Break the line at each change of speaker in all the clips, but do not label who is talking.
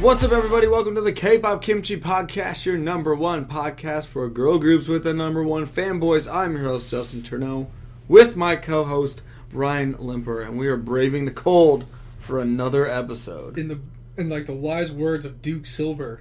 What's up, everybody? Welcome to the K-pop Kimchi Podcast, your number one podcast for girl groups with the number one fanboys. I'm your host Justin Turneau, with my co-host Brian Limper, and we are braving the cold for another episode.
in the in like the wise words of Duke Silver,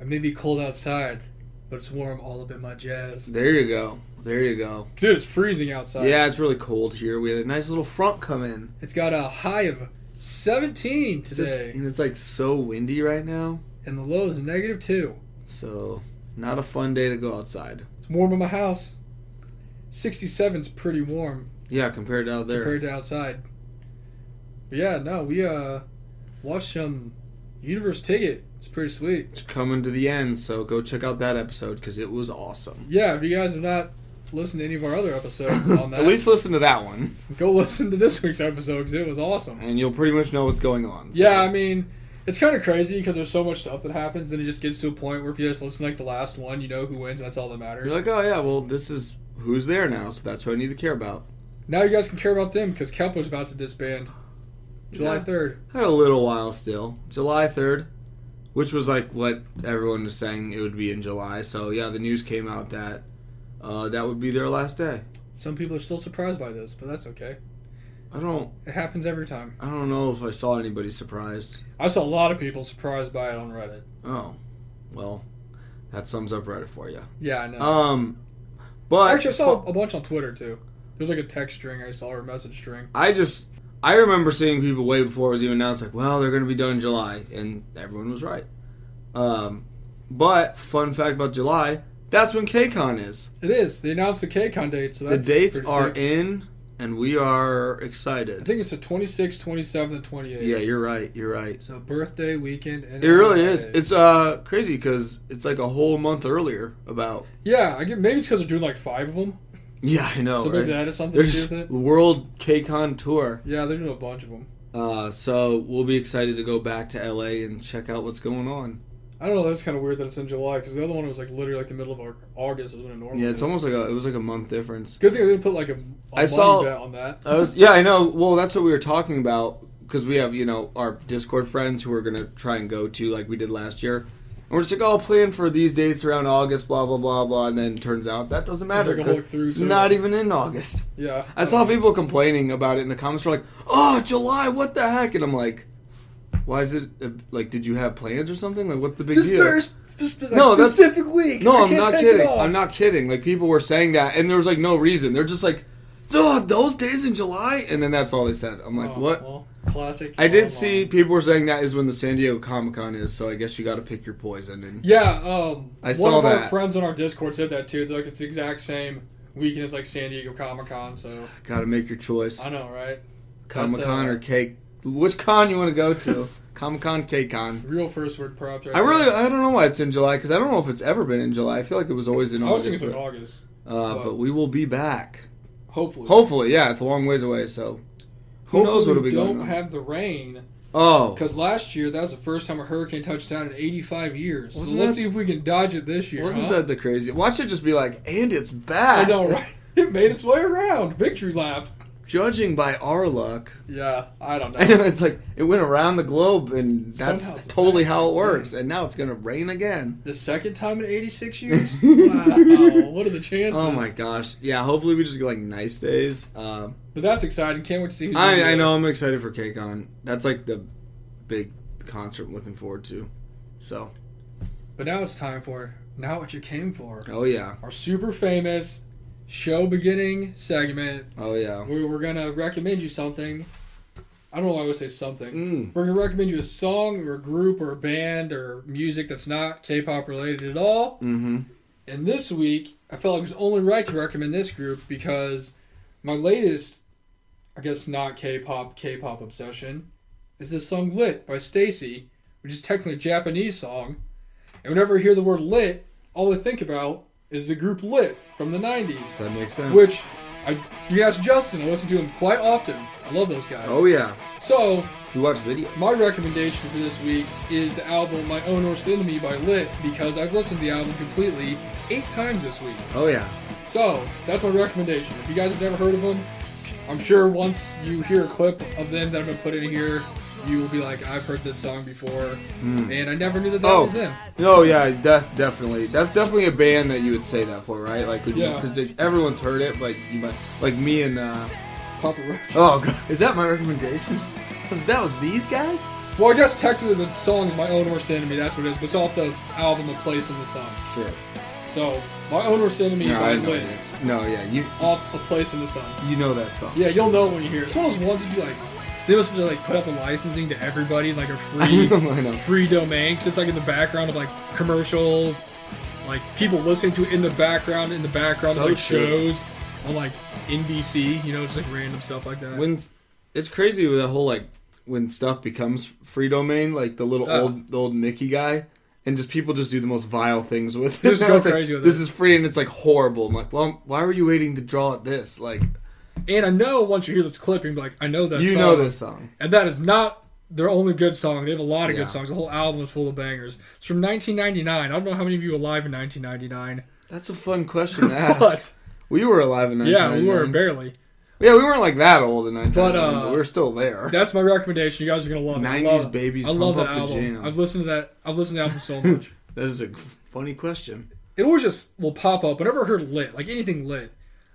I may be cold outside, but it's warm all up in my jazz.
There you go. There you go.
Dude, it's freezing outside.
Yeah, it's really cold here. We had a nice little front come in,
it's got a high of 17
It's just-
today,
and it's like so windy right now.
and the low is negative two.
So, not a fun day to go outside.
It's warm in my house. 67's pretty warm
Yeah, compared to out there.
compared to outside. But yeah, no, we uh watched some Universe Ticket. It's pretty sweet.
It's coming to the end, so go check out that episode because it was awesome.
Yeah, if you guys have not listened to any of our other episodes on that,
At least listen to that one,
go listen to this week's episode because it was awesome.
and you'll pretty much know what's going on. so.
Yeah, I mean, it's kind of crazy because there's so much stuff that happens, then it just gets to a point where if you just listen to, like the last one, you know who wins. That's all that matters.
You're like, oh yeah, well this is who's there now, so that's what I need to care about.
now you guys can care about them because Kepler's about to disband. July
Yeah.
third.
Had a little while still, July third, which was like what everyone was saying it would be in July. So yeah, the news came out that uh, that would be their last day.
Some people are still surprised by this, but that's okay.
I don't,
It happens every time.
I don't know if I saw anybody surprised.
I saw a lot of people surprised by it on Reddit.
Oh, well, that sums up Reddit for you.
Yeah, I know.
Um, but
Actually, I saw a bunch on Twitter too. There's like a text string I saw or a message string.
I just I remember seeing people way before it was even announced, like, well, they're going to be done in July, and everyone was right. Um, but fun fact about July, that's when KCON is.
It is. They announced the KCON date, so
The
that's
dates
pretty
are
sick.
in, and we are
I
excited.
think it's the 26th, 27th, and 28th.
Yeah, you're right. You're right.
So birthday weekend. And
It really is.
holidays.
It's uh crazy because it's like a whole month earlier. About
Yeah, I get, maybe it's because they're doing like five of them.
yeah, I know.
so
Oh, right?
maybe that is something
They're
to do
just
with it.
World KCON tour.
Yeah, they're doing a bunch of them.
Uh, so we'll be excited to go back to LA and check out what's going on.
I don't know. That's kind of weird that it's in July because the other one was like literally like the middle of Au- August is when it normally.
Yeah, it's
is.
almost like a it was like a month difference.
Good thing they didn't put like a.
I
a money
saw-
bet on that.
I was, yeah, I know. Well, that's what we were talking about because we have you know our Discord friends who are gonna try and go to like we did last year. And we're just like, oh, plan for these dates around August, blah blah blah blah, and then turns out that doesn't matter.
like a
'cause
look through,
it's
too.
not even in August.
yeah,
I saw people complaining about it in the comments. Were like, oh, July, what the heck? And I'm like, why is it uh, like? Did you have plans or something? Like, what's the big
This
deal?
Thursday, specific,
No, that's-
specific week.
No,
I
I'm
can't
not
take it
kidding.
off.
I'm not kidding. Like people were saying that, and there was like no reason. They're just like, "Duh, those days in July," and then that's all they said. I'm like,
Oh,
what?
well, classic.
I
Oh,
did see people were saying that is when the San Diego Comic Con is, so I guess you got to pick your poison. And
Yeah, um,
I
one
saw
of
that.
our friends on our Discord said that too. They're like, it's the exact same weekend as like San Diego Comic Con. So
got to make your choice:
I know, right?
Comic Con
uh,
or cake. Which con you want to go to? Comic Con, Cake Con.
Real first word props. Right
I really,
there.
I don't know why it's in July because I don't know if it's ever been in July. I feel like it was always in
I was thinking
August.
it's like
But,
August.
uh,
but-
but we will be back.
Hopefully.
Hopefully, yeah. It's a long ways away, so who knows
Hopefully
what'll be
we
going
Don't
on.
have the rain
oh,
because last year that was the first time a hurricane touched down in 85 years. So
Wasn't
let's
that-
see if we can dodge it this year.
Wasn't
huh?
that the crazy? Watch it just be like, and it's
I
back.
know, right? It made its way around. Victory lap.
Judging by our luck,
Yeah, I don't
I
know.
know it's like it went around the globe, and that's
Somehow it's
totally
back.
how it works. And now it's gonna rain again.
the second time in 86 years. wow, what are the chances?
Oh my gosh! Yeah, hopefully we just get like nice days. Um,
But that's exciting. Can't wait to see. Who's gonna
I
be
I
there.
know I'm excited for KCON. That's like the big concert I'm looking forward to. So
But now it's time for now what you came for.
oh yeah,
Our super famous show beginning segment.
oh yeah.
We we're gonna recommend you something. I don't know why I would say something.
Mm.
We're gonna recommend you a song or a group or a band or music that's not K-pop related at all.
Mm-hmm.
And this week, I felt it was only right to recommend this group because my latest, I guess not K-pop K-pop obsession, is this song "Lit" by Stacy, which is technically a Japanese song. And whenever I hear the word "lit," all I think about is the group Lit from the '90s,
That makes sense.
which I you ask Justin, I listen to him quite often. I love those guys.
oh yeah,
So
we watch video.
my recommendation for this week is the album My Own Worst Enemy by Lit because I've listened to the album completely eight times this week.
Oh yeah.
So that's my recommendation. If you guys have never heard of them, I'm sure once you hear a clip of them that I'm gonna put in here, you will be like, I've heard that song before, and I never knew that that
Oh.
was them.
No, yeah, that's definitely that's definitely a band that you would say that for, right? Like,
Yeah.
because everyone's heard it, but you might like me and uh,
Papa Roach.
oh god, is that my recommendation? 'Cause that was these guys.
Well, I guess technically the song is my own worst enemy. That's what it is. But it's off the album A Place in the Sun.
Shit.
So my own worst enemy
No,
by
I know.
Liz,
you. No, yeah, you
off A Place in the Sun.
you know that song.
Yeah, you'll know when you hear it. It's one of those ones that you like. They must have like put up a licensing to everybody, like a
I
free
know, I know.
free domain. 'cause it's like in the background of like commercials, like people listening to it in the background, in the background
So
of like
true.
shows on like NBC, you know, just like random stuff like that.
When it's crazy with that whole like when stuff becomes free domain, like the little
Yeah.
old the old Mickey guy, and just people just do the most vile things with it.
Just
Now
go
it's like,
crazy with
This
it.
is free and it's like horrible. I'm like, well, why were you waiting to draw at this? Like,
and I know once you hear this clip, you're gonna be like, I know that.
you
song.
know this song.
And that is not their only good song. They have a lot of
Yeah.
good songs. The whole album is full of bangers. It's from 1999. I don't know how many of you were alive in 1999,
That's a fun question to ask.
but
We were alive in
yeah, we
1999.
were barely.
Yeah, we weren't like that old in 1999, but,
uh,
we were still there.
That's my recommendation. You guys are gonna love it. I
90s
love-
babies,
I love
pump
that
up the
album.
jam.
I've listened to that. I've listened to that album so much.
That is a g- funny question.
it always just will pop up whenever I heard lit, like anything lit.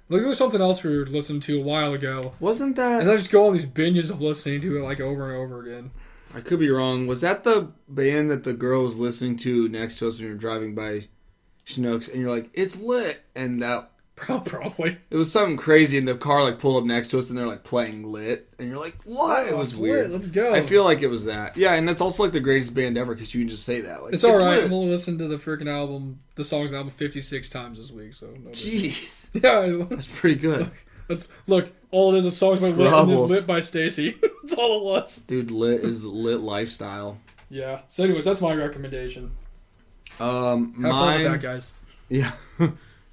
Like there was something else we were listening to a while ago,
Wasn't
and
that?
I just go on these binges of listening to it like over and over again.
I could be wrong. Was that the band that the girl was listening to next to us when we were driving by Chinooks, and you're like, "It's lit," and that
Pro- Probably.
it was something crazy, and the car like pulled up next to us, and they're like playing lit, and you're like, "What?" It
Oh,
was
it's
weird.
Lit. Let's go.
I feel like it was that. Yeah, and that's also like the greatest band ever because you can just say that. Like,
it's all right.
lit."
I'm only listening to the freaking album, the songs in the album, 56 times this week. So no big-
Jeez,
yeah, I-
that's pretty good,
that's look. All it is is songs by lit, and then
Scrabbles.
lit by Stacy. that's all it was.
dude. Lit is the lit lifestyle.
Yeah. So, anyways, that's my recommendation.
Um,
Have fun with
mine.
that, guys.
Yeah.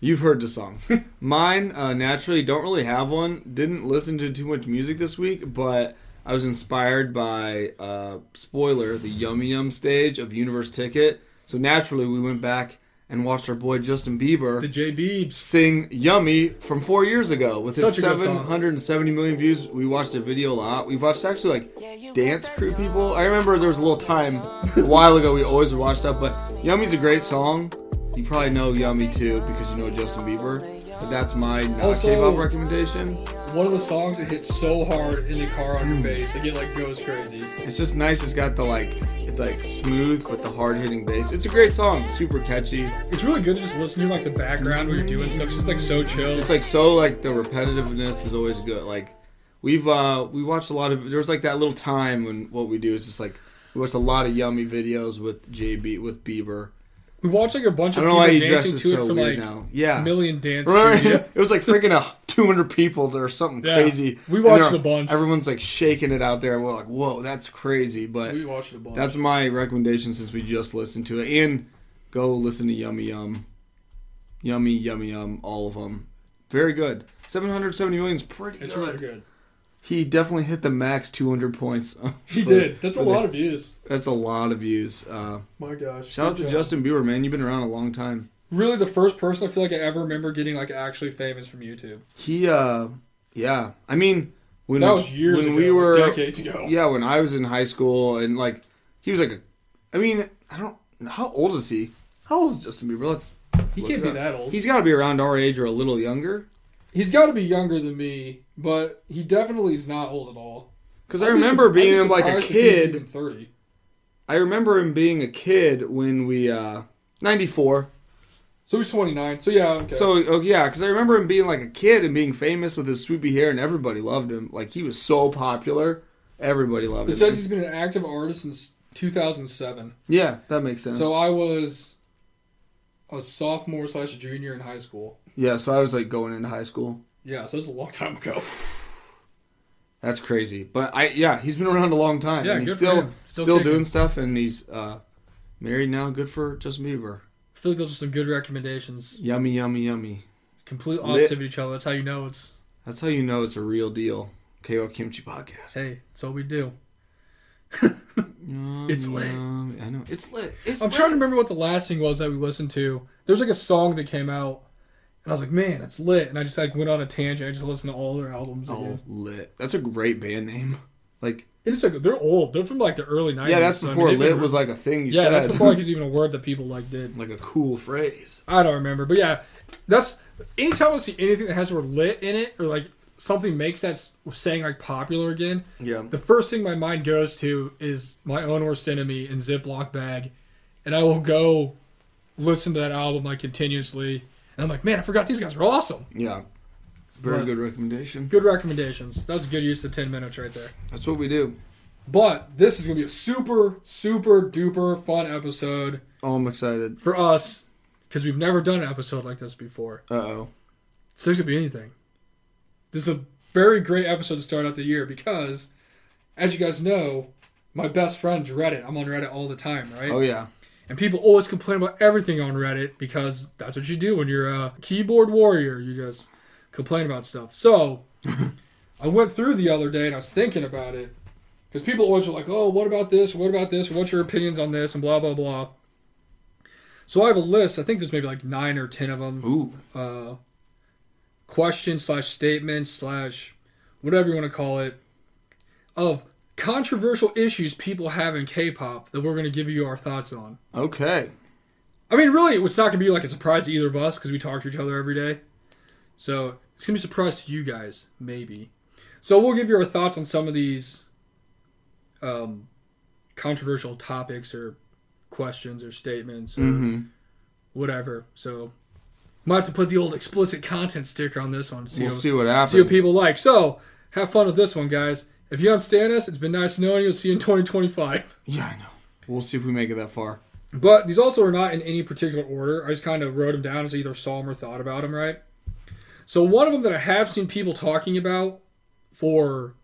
You've heard the song. Mine, uh, naturally, don't really have one. Didn't listen to too much music this week, but I was inspired by, uh, spoiler, the Yum Yum stage of Universe Ticket. So naturally, we went back and watched our boy Justin Bieber
The J Beebs.
sing Yummy from four years ago with its
Such a good song.
770 million views. We watched the video a lot. We watched actually like dance crew people. I remember there was a little time a while ago we always would watch stuff, but Yummy's a great song. You probably know Yummy too because you know Justin Bieber. But that's my not
Also-
K-pop recommendation.
One of the songs that hits so hard in the car on your face, like it like goes crazy.
It's just nice. It's got the like, it's like smooth with the hard hitting bass. It's a great song. Super catchy.
It's really good to just listen to like the background when you're doing stuff. It's just like so chill.
It's like so like the repetitiveness is always good. Like we've uh we watched a lot of there's like that little time when what we do is just like we watched a lot of yummy videos with JB with Bieber.
we watch like a bunch
I
of
don't know why
people
he
dancing
dresses
to it
so
for
weird
like
now. Yeah.
a million dance
Remember?
studio.
It was like freaking a 200 people or something
Yeah.
crazy.
We
And
watched
they're-
a bunch.
Everyone's like shaking it out there, and we're like, "Whoa, that's crazy!" But
We watched a bunch.
that's my recommendation since we just listened to it. And go listen to Yummy Yum. Yummy, yummy, yum, all of them. Very good. 770 million is pretty
it's really good.
He definitely hit the max 200 points.
He
for-
did. That's a
for the-
lot of views.
That's a lot of views. Uh,
My gosh.
shout out to Justin Bieber, man. You've been around a long time.
Really, the first person I feel like I ever remember getting like actually famous from YouTube.
He, uh, yeah. I mean, when
That was years
when
ago.
we were
decades ago.
yeah, when I was in high school and like he was like, a, I mean, I don't. How old is he? How old is Justin Bieber? Let's.
He
look
can't
it
be
up.
that old.
He's got to be around our age or a little younger.
He's got to be younger than me, but he definitely is not old at all.
Because I
I'd be
remember
sur- I'd be
being like a
surprised if he was
kid.
even Thirty.
I remember him being a kid when we uh, ninety four.
So he's 29. So yeah. Okay.
So oh, yeah, because I remember him being like a kid and being famous with his swoopy hair, and everybody loved him. Like he was so popular, everybody loved
it
him.
says he's been an active artist since 2007.
yeah, that makes sense.
So uh, I was a sophomore slash junior in high school.
yeah, so I was like going into high school.
Yeah, so it's a long time ago.
That's crazy, but I yeah, he's been around a long time,
Yeah,
and he's
good for
still
him.
still,
Still
doing
kicking.
stuff, and he's uh, married now. Good for Justin Bieber.
I feel like those are some good recommendations.
Yummy, yummy, yummy.
Complete
Lit.
opposite of each other. That's how you know it's
That's how you know it's a real deal. KO Kimchi Podcast.
hey, it's what we do.
Yum,
It's lit.
yum. I know it's lit. It's
I'm
lit.
trying to remember what the last thing was that we listened to. There was like a song that came out, And I was like, man, it's lit. And I just like went on a tangent. I just listened to all their albums
Oh,
again.
lit. That's a great band name. Like,
And it's like they're old. They're from like the early nineties.
yeah, that's before lit was like a thing you
yeah,
said.
that's before like, it's even a word that people like did.
like a cool phrase.
I don't remember, but yeah, that's anytime I see anything that has the word lit in it or like something makes that s- saying like popular again.
Yeah.
The first thing my mind goes to is my own worst enemy in Ziploc bag, and I will go listen to that album like continuously. And I'm like, man, I forgot these guys were awesome.
Yeah. Very
But-
good recommendation.
Good recommendations. That was a good use of ten minutes right there.
That's what we do.
But this is gonna be a super, super duper fun episode
Oh, I'm excited.
for us because we've never done an episode like this before.
Uh oh.
So this could be anything. This is a very great episode to start out the year because, as you guys know, my best friend's Reddit. I'm on Reddit all the time, right?
Oh, yeah.
And people always complain about everything on Reddit because that's what you do when you're a keyboard warrior. You just complain about stuff. So I went through the other day and I was thinking about it because people always are like, oh, what about this? What about this? What's your opinions on this? And blah, blah, blah. So I have a list. I think there's maybe like nine or ten of them
Ooh.
uh, question slash statement slash whatever you want to call it of controversial issues people have in K-pop that we're going to give you our thoughts on.
Okay.
I mean, really, it's not going to be like a surprise to either of us because we talk to each other every day. So it's going to be a surprise to you guys, maybe. So we'll give you our thoughts on some of these um, controversial topics or questions or statements or
Mhm.
whatever. So might have to put the old explicit content sticker on this one to see,
We'll
what,
see what happens.
see what people like. So have fun with this one, guys. If you understand us, it's been nice knowing you. See you in 2025.
Yeah, I know. We'll see if we make it that far.
But these also are not in any particular order. I just kind of wrote them down as I either saw them or thought about them, right? So one of them that I have seen people talking about for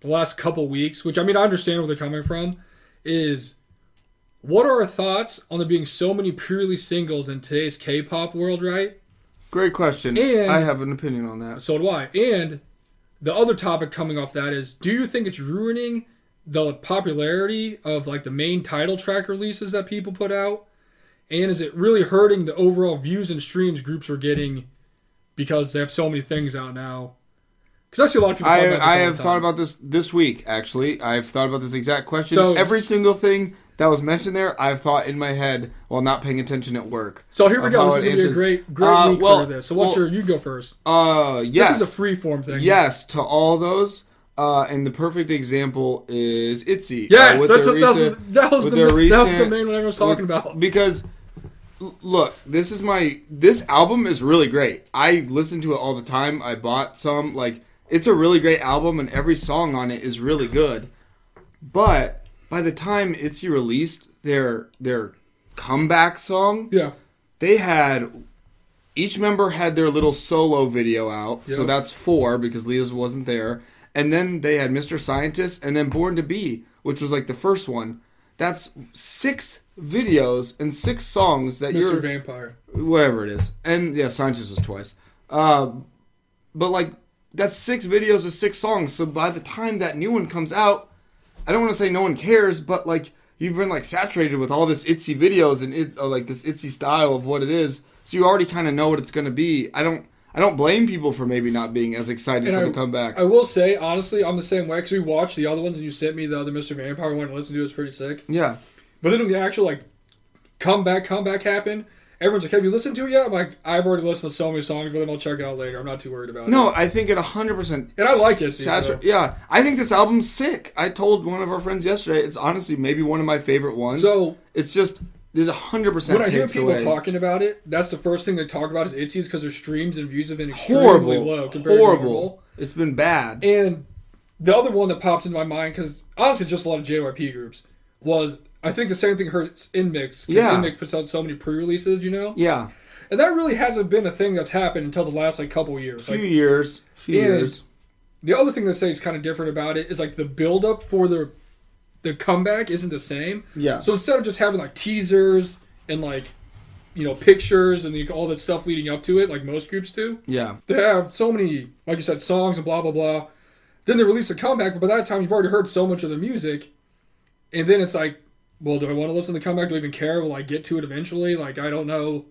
the last couple weeks, which I mean I understand where they're coming from, is what are our thoughts on there being so many purely singles in today's K-pop world, right?
Great question.
And-
I have an opinion on that.
So do I. And the other topic coming off that is do you think it's ruining the popularity of like the main title track releases that people put out? And is it really hurting the overall views and streams groups are getting because they have so many things out now? Because I see a lot of people. talk
I,
about this
I
all the
have
time.
thought about this this week, actually. I've thought about this exact question.
So-
Every single thing that was mentioned there, I've thought in my head while not paying attention at work.
So here we
of
go.
how
This is
it
gonna be a
answers-
great, great
Uh,
week
well,
for this. So what's
well,
your? You go first.
Uh, yes.
This is a freeform thing.
Yes, to all those. Uh, and the perfect example is Itzy.
Yes,
uh, with
that's
their
what, that, was,
recent-
that, was
with
the,
their
that was the
recent-
main one everyone's talking
with-
about.
Because, l- look, this is my this album is really great. I listen to it all the time. I bought some. Like, it's a really great album, and every song on it is really good. But by the time Itzy released their their comeback song,
Yeah,
they had each member had their little solo video out so
Yep.
that's four because leah's wasn't there and then they had mr scientist and then born to be which was like the first one that's six videos and six songs that
Mr.
you're
Vampire.
whatever it is and yeah scientist was twice uh, but like that's six videos with six songs so by the time that new one comes out i don't want to say no one cares but like you've been like saturated with all this itsy videos and it uh, like this itsy style of what it is so you already kind of know what it's going to be i don't i don't blame people for maybe not being as excited
And
for
I-
the comeback
I will say honestly, I'm the same way because we watched the other ones and you sent me the other Mr. Vampire one. to Listen to it was pretty sick.
yeah
But then when the actual like comeback comeback happened, everyone's like, "Have you listened to it yet?" I'm like, "I've already listened to so many songs, but then I'll check it out later. I'm not too worried about it."
no i think it 100%
And I like Itzy, so-
yeah i think this album's sick i told one of our friends yesterday it's honestly maybe one of my favorite ones
So
It's just there's a hundred percent
when I hear
takes
people
away.
talking about it, that's the first thing they talk about is Itzy's because their streams and views have been extremely
horrible,
low compared to normal.
horrible. It's been bad.
And the other one that popped into my mind, because honestly, just a lot of JYP groups, was I think the same thing hurts Inmix. 'cause
Yeah.
Inmix puts out so many pre-releases, you know,
yeah,
and that really hasn't been a thing that's happened until the last like couple years.
few
Like,
years, few
And-
years.
the other thing they say is kind of different about it is like the build-up for the the comeback isn't the same.
Yeah.
So instead of just having like teasers and like you know pictures and like, all that stuff leading up to it, like most groups do,
Yeah,
they have so many, like you said, songs and blah blah blah. Then they release a comeback, but by that time you've already heard so much of the music, and then it's like, well, do I want to listen to the comeback? Do I even care? Will I get to it eventually? Like I don't know.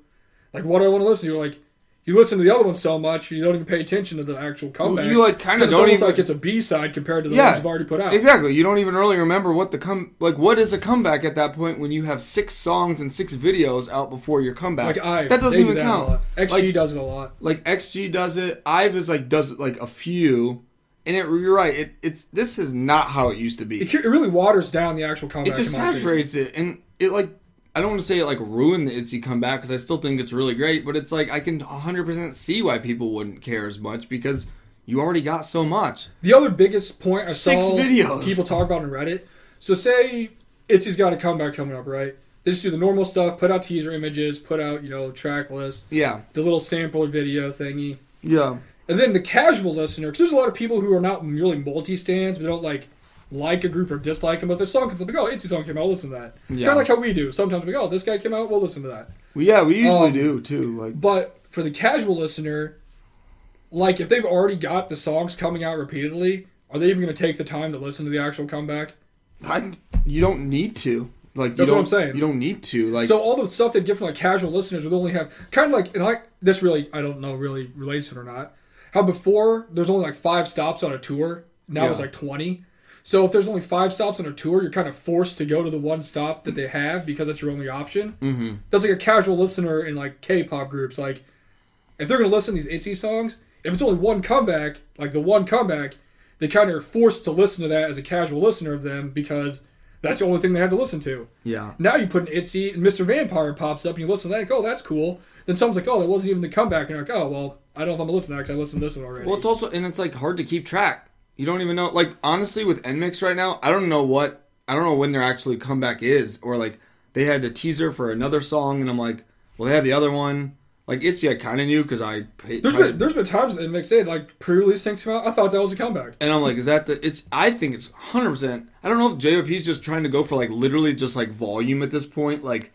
Like what do I want to listen to? Like you listen to the other one so much, you don't even pay attention to the actual comeback.
you, like, kinda
'cause it's
don't
almost
even-
like it's a B side compared to the
Yeah,
ones you've already put out.
Exactly. You don't even really remember what the come like what is a comeback at that point when you have six songs and six videos out before your comeback.
Like I
that doesn't
they do
even
that a
count.
lot. XG
Like-
does it a lot.
like XG does it. Ive is like does it like a few, and it, you're right. It, it's this is not how it used to be.
It, cu- it really waters down the actual comeback.
It just
in my opinion.
saturates it, and it like I don't want to say it like ruined the Itzy comeback because I still think it's really great, but it's like I can 100 percent see why people wouldn't care as much because you already got so much.
The other biggest point I
Six
saw
videos.
people talk about on Reddit. So say Itchy's got a comeback coming up, right? They just do the normal stuff, put out teaser images, put out, you know, track list,
Yeah,
the little sampler video thingy.
yeah,
And then the casual listener, because there's a lot of people who are not really multi stands, but don't like like a group or dislike them. But if their song comes up, they go, oh, Itchy's song came out, listen to that.
Yeah.
Kind of like how we do. Sometimes we go, oh, this guy came out, we'll listen to that.
well, yeah. We usually
Um,
do too. Like
But for the casual listener, like if they've already got the songs coming out repeatedly, are they even going to take the time to listen to the actual comeback?
I, you don't need to. Like
That's
you
what
don't,
I'm saying.
You don't need to. Like
So all the stuff they get from like casual listeners would only have kind of like and I this really I don't know really relates to it or not. How before there's only like five stops on a tour. Now it's
Yeah.
like twenty. So if there's only five stops on a tour, you're kind of forced to go to the one stop that they have because that's your only option. Mm-hmm. That's like a casual listener in like K-pop groups. Like if they're gonna listen to these ITZY songs, if it's only one comeback, like the one comeback, they kind of are forced to listen to that as a casual listener of them because that's the only thing they have to listen to.
yeah,
Now you put an Itzy and Mr. Vampire pops up and you listen to that, like, oh, that's cool. Then someone's like, oh, that wasn't even the comeback. And you're like, oh, well, I don't know if I'm going to listen to that because I listened to this one already.
Well, it's also and it's like hard to keep track. You don't even know. Like honestly, with Nmix right now, I don't know what I don't know when their actually comeback is, or like they had a teaser for another song, and I'm like, well, they had the other one. Like it's yeah, kind of new because I paid.
there's been, there's been times that Mix Aid, like, pre release things come out. I thought that was a comeback.
and I'm like, is that the? It's I think it's 100. percent I don't know if JYP's just trying to go for like literally just like volume at this point. Like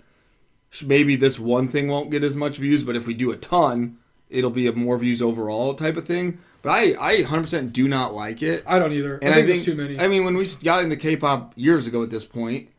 sh- maybe this one thing won't get as much views, but if we do a ton, it'll be a more views overall type of thing. But I I 100 percent do not like it.
I don't either.
And
I, think there's too many.
I mean, when we got into K-pop years ago, at this point,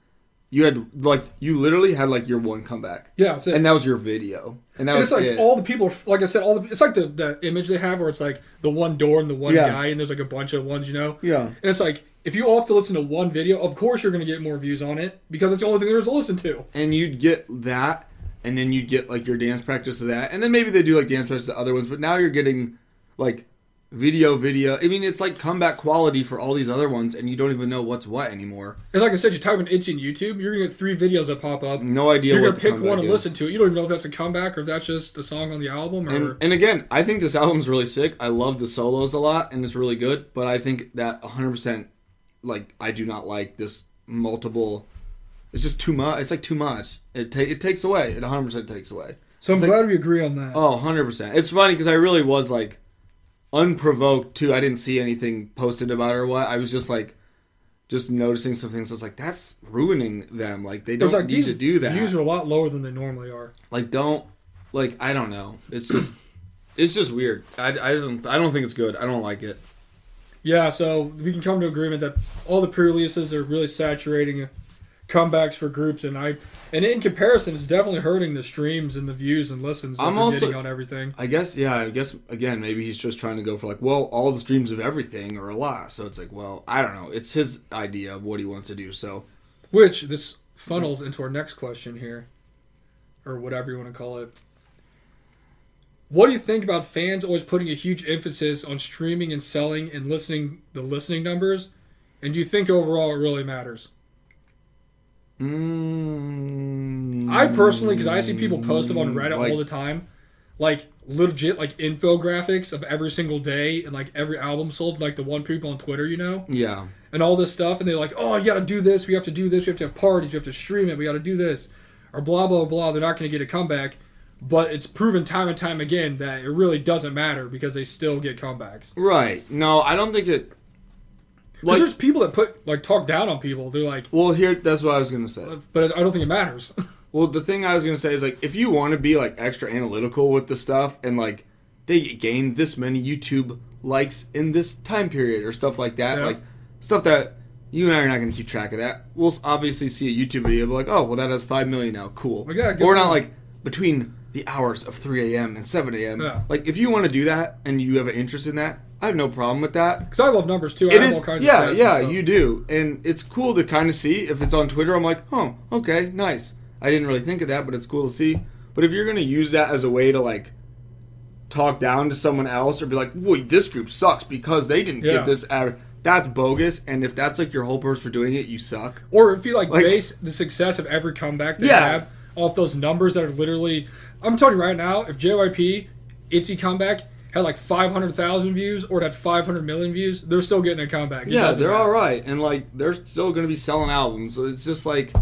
you had like you literally had like your one comeback,
yeah, that's it.
and that was your video, and that
And
was
it's like
it.
all the people, are, like I said, all the it's like the, the image they have where it's like the one door and the one
Yeah.
guy, and there's like a bunch of ones, you know.
Yeah.
And it's like if you all have to listen to one video, of course you're going to get more views on it because it's the only thing there is to listen to.
and you'd get that, and then you'd get like your dance practice of that, and then maybe they do like dance practice of other ones, but now you're getting like video, video. I mean, it's like comeback quality for all these other ones, and you don't even know what's what anymore.
And like I said, you type in Itzy in YouTube, you're gonna get three videos that pop up.
No idea
You're
what
gonna
the
pick
comeback
one and
is.
listen to it. You don't even know if that's a comeback or if that's just a song on the album or
And, and again, I think this album's really sick. I love the solos a lot, and it's really good. But I think that 100%, like, I do not like this multiple. It's just too much. It's like too much. It ta- it takes away. It 100% takes away.
so I'm
it's like-
glad we agree on that.
Oh, 100%. It's funny because I really was like unprovoked too. I didn't see anything posted about it or what. I was just like, just noticing some things. I was like, that's ruining them. Like they don't
It's like
need
these
to do that
views are a lot lower than they normally are.
like don't like i don't know it's just it's just weird I, I don't i don't think it's good i don't like it
Yeah, so we can come to agreement that all the pre-releases are really saturating comebacks for groups, and I and in comparison, it's definitely hurting the streams and the views and listens that
I'm
they're
also-
getting on everything.
i guess yeah i guess again maybe he's just trying to go for like well all the streams of everything are a lot so it's like well i don't know it's his idea of what he wants to do so
Which this funnels into our next question here, or whatever you want to call it. What do you think about fans always putting a huge emphasis on streaming and selling and listening the listening numbers? And do you think overall it really matters?
mm,
I personally, because I see people post them on Reddit
like-
all the time, like legit like infographics of every single day and like every album sold, like the one people on Twitter, you know?
yeah
and all this stuff, and they're like, "Oh, you got to do this. We have to do this. We have to have parties. We have to stream it. We got to do this," or blah blah blah. They're not going to get a comeback, but it's proven time and time again that it really doesn't matter because they still get comebacks. 'Cause
right no i don't think it like
there's people that put like talk down on people. They're like,
well here that's what i was gonna say
"But I don't think it matters."
Well, the thing I was gonna say is like, if you want to be like extra analytical with the stuff, and like they gained this many YouTube likes in this time period or stuff like that,
Yeah.
like stuff that you and I are not gonna keep track of. That we'll obviously see a YouTube video, but like, oh, well, that has five million now, cool.
Like, yeah, good
or not
point.
like between the hours of 3 a.m. and 7 a.m.
Yeah.
Like, if you want to do that and you have an interest in that, I have no problem with that.
Because I love numbers too. I
It
have
is,
all kinds
yeah,
of friends
yeah,
and stuff.
you do, and it's cool to kind of see if it's on Twitter. I'm like, oh, okay, nice. I didn't really think of that, but it's cool to see. But if you're gonna use that as a way to like talk down to someone else or be like, well, this group sucks because they didn't
Yeah.
get this out, that's bogus. And if that's like your whole purpose for doing it, you suck.
Or if you like,
Like-
base the success of every comeback they
Yeah.
have off those numbers that are literally. I'm telling you right now, if JYP, Itzy comeback had like 500,000 views or it had 500 million views, they're still getting a comeback. It
Yeah,
doesn't
they're
matter.
all right, and like they're still going to be selling albums. So it's just like,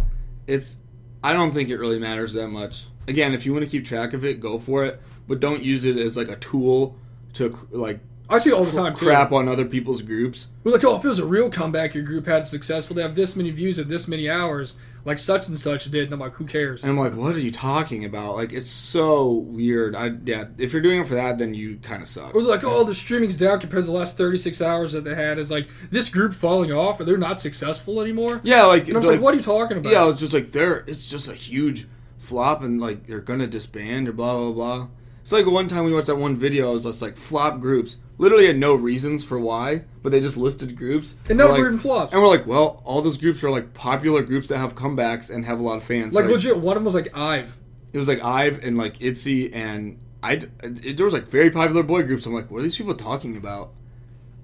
it's. I don't think it really matters that much. Again, if you want to keep track of it, go for it, but don't use it as like a tool to cr- like
I see it all the time too.
crap on other people's groups.
We're like, oh, if it was a real comeback, your group had successful. They have this many views at this many hours, like such and such did. And I'm like, who cares?
And I'm like, what are you talking about? Like, it's so weird. I yeah. If you're doing it for that, then you kind of suck.
Or like, oh, the streaming's down compared to the last 36 hours that they had. Is like this group falling off, or they're not successful anymore.
Yeah, like,
And I was like, what are you talking about?
Yeah, it's just like they're it's just a huge flop and like they're gonna disband or blah blah blah. It's like one time we watched that one video, it was just like flop groups. Literally had no reasons for why, but they just listed groups.
And none
We're
of them
like-
even flops.
And we're like, well, all those groups are like popular groups that have comebacks and have a lot of fans.
like
Like,
legit, one of them was like Ive.
it was like Ive and like Itzy and I. It, there was like very popular boy groups. I'm like, what are these people talking about?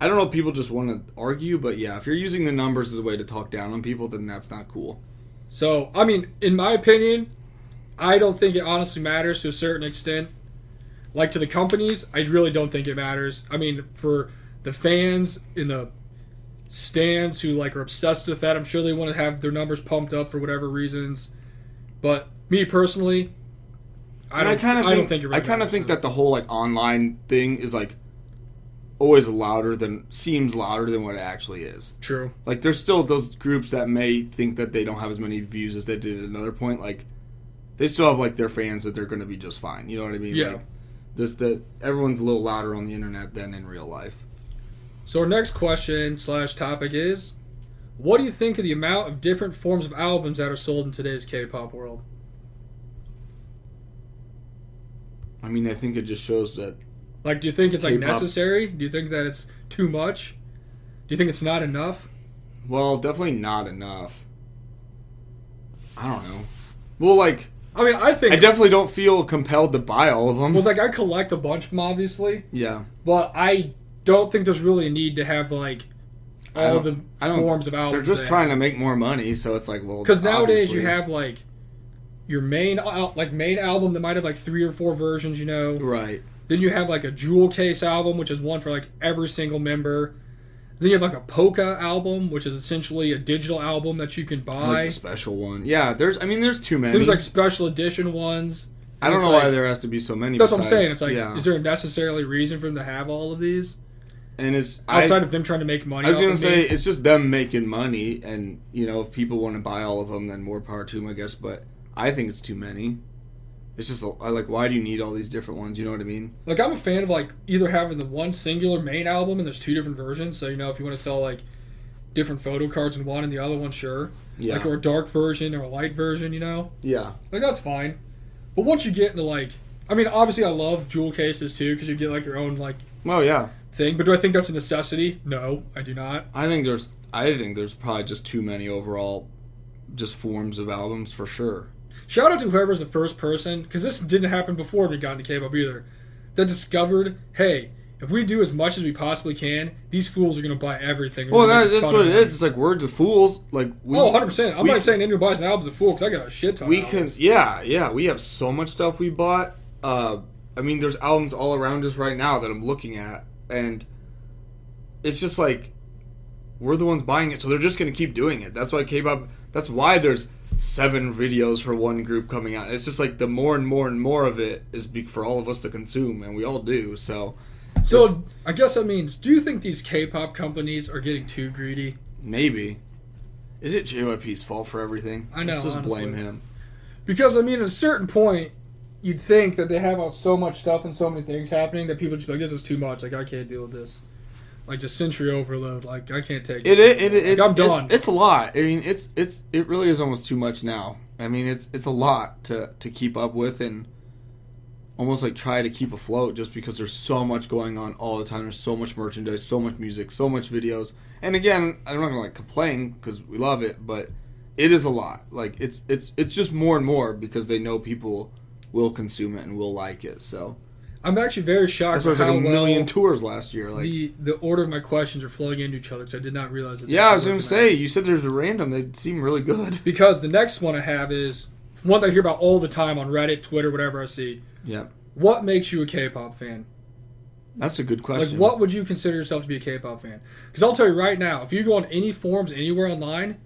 I don't know if people just want to argue, but yeah, if you're using the numbers as a way to talk down on people, then that's not cool.
So I mean, in my opinion, I don't think it honestly matters to a certain extent. Like to the companies, I really don't think it matters. I mean, for the fans in the stands who like are obsessed with that, I'm sure they want to have their numbers pumped up for whatever reasons. But me personally, I
And
don't.
I kind of
I
think,
don't think it really
I kind of
matters.
think that the whole like online thing is like always louder than seems louder than what it actually is.
true.
Like there's still those groups that may think that they don't have as many views as they did at another point. Like they still have like their fans that they're going to be just fine. You know what I mean?
Yeah.
Like, this that everyone's a little louder on the internet than in real life.
So our next question slash topic is, what do you think of the amount of different forms of albums that are sold in today's K-pop world?
I mean, I think it just shows that
Like, do you think it's like
K-pop.
necessary? Do you think that it's too much? Do you think it's not enough?
well, definitely not enough. I don't know. Well, like
I mean, I think
I definitely don't feel compelled to buy all of them.
was like I collect a bunch of them, obviously,
yeah.
but I don't think there's really a need to have like
I
all
don't-
the
I don't-
forms of albums.
They're just trying to make more money, so it's like, well,
because nowadays you
obviously-
have like your main al- like main album that might have like three or four versions, you know.
right.
Then you have like a jewel case album, which is one for like every single member. Then you have like a polka album, which is essentially a digital album that you can buy.
Like the special one. Yeah, there's. I mean, there's too many.
There's like special edition ones.
I don't
it's
know
like-
why there has to be so many.
That's
besides-
what I'm saying. It's like,
yeah,
is there a necessarily reason for them to have all of these
and it's I,
outside of them trying to make money?
I was
off of
gonna say
me?
it's just them making money, and you know, if people want to buy all of them, then more power to them, I guess. But I think it's too many. It's just a- I like, why do you need all these different ones? You know what I mean?
like I'm a fan of like either having the one singular main album and there's two different versions. So you know, if you want to sell like different photo cards in one and the other one, sure,
Yeah,
like or a dark version or a light version, you know,
yeah,
like that's fine. But once you get into like, I mean, obviously I love jewel cases too because you get like your own like
oh yeah.
thing. But do I think that's a necessity? No, I do not.
I think there's I think there's probably just too many overall, just forms of albums for sure.
Shout out to whoever's the first person, because this didn't happen before we got into K-pop either. That discovered, hey, if we do as much as we possibly can, these fools are gonna buy everything.
Well,
We're gonna
that,
make a
that's
ton
what it
of
is. It's like we're the fools. Like we,
money. Oh, 100 percent. I'm
we-
not even saying anyone who buys an album's a fool, because I got a shit ton.
we
of
can.
albums.
Yeah, yeah. We have so much stuff we bought. Uh, I mean, there's albums all around us right now that I'm looking at, and it's just like we're the ones buying it, so they're just gonna keep doing it. That's why K-pop. That's why there's seven videos for one group coming out. It's just like the more and more and more of it is be- for all of us to consume, and we all do. So it's-
So I guess that means, do you think these K-pop companies are getting too greedy?
maybe. Is it JYP's fault for everything?
I know,
Let's just
honestly.
blame him.
Because I mean, at a certain point, you'd think that they have out so much stuff and so many things happening that people just be like, this is too much. Like I can't deal with this. Like just sensory overload. Like I can't take
It, it, it, it's,
Like, I'm
it's-
done.
It's, a lot. I mean, it's it's it really is almost too much now. I mean, it's it's a lot to to keep up with, and almost like try to keep afloat just because there's so much going on all the time. There's so much merchandise, so much music, so much videos. And again, I'm not gonna like complain because we love it, but it is a lot. Like it's it's it's just more and more because they know people will consume it and will like it. So
I'm actually very shocked
that's why
by
it's like
how
a million
well
tours last year. Like
the the order of my questions are flowing into each other because I did not realize that. they
yeah, I
were
was gonna
organized.
say you said there's a random. They seem really good.
because the next one I have is one that I hear about all the time on Reddit, Twitter, whatever I see.
Yeah,
What makes you a K-pop fan?
that's a good
Like,
question.
what would you consider yourself to be a K-pop fan? Because I'll tell you right now, if you go on any forums anywhere online,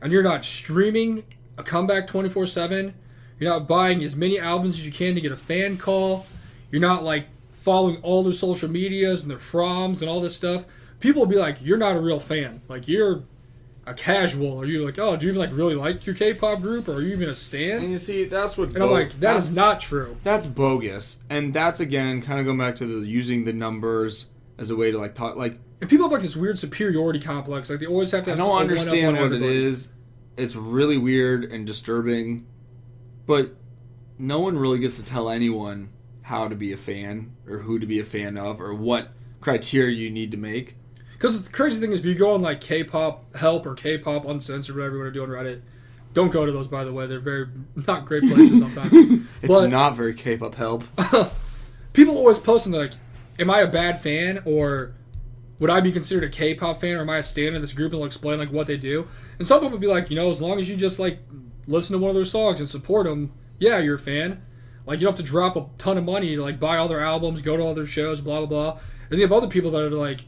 and you're not streaming a comeback 24/7, you're not buying as many albums as you can to get a fan call, you're not like following all their social medias and their froms and all this stuff. People will be like, "You're not a real fan. Like you're a casual." Are you like, "Oh, do you even like really like your K-pop group, or are you even a
And
stan?"
you see, that's what.
And I'm
bo-
like, "That is not true."
that's bogus, and that's again kind of going back to the using the numbers as a way to like talk. Like
And people have like this weird superiority complex. Like they always have to.
I
Have
don't
a one-up on
understand what it
everybody.
is. It's really weird and disturbing, but no one really gets to tell anyone how to be a fan or who to be a fan of or what criteria you need to make.
Because the crazy thing is, if you go on like K-pop help or K-pop uncensored, whatever you want to do on Reddit, don't go to those. By the way, they're very not great places sometimes.
It's
but
not very K-pop help.
people always post and they're like, "Am I a bad fan or would I be considered a K-pop fan or am I a stan of this group?" And they'll explain like what they do. And some people would be like, you know, as long as you just like listen to one of their songs and support them, yeah, you're a fan. Like you don't have to drop a ton of money to like buy all their albums, go to all their shows, blah blah blah. And then you have other people that are like,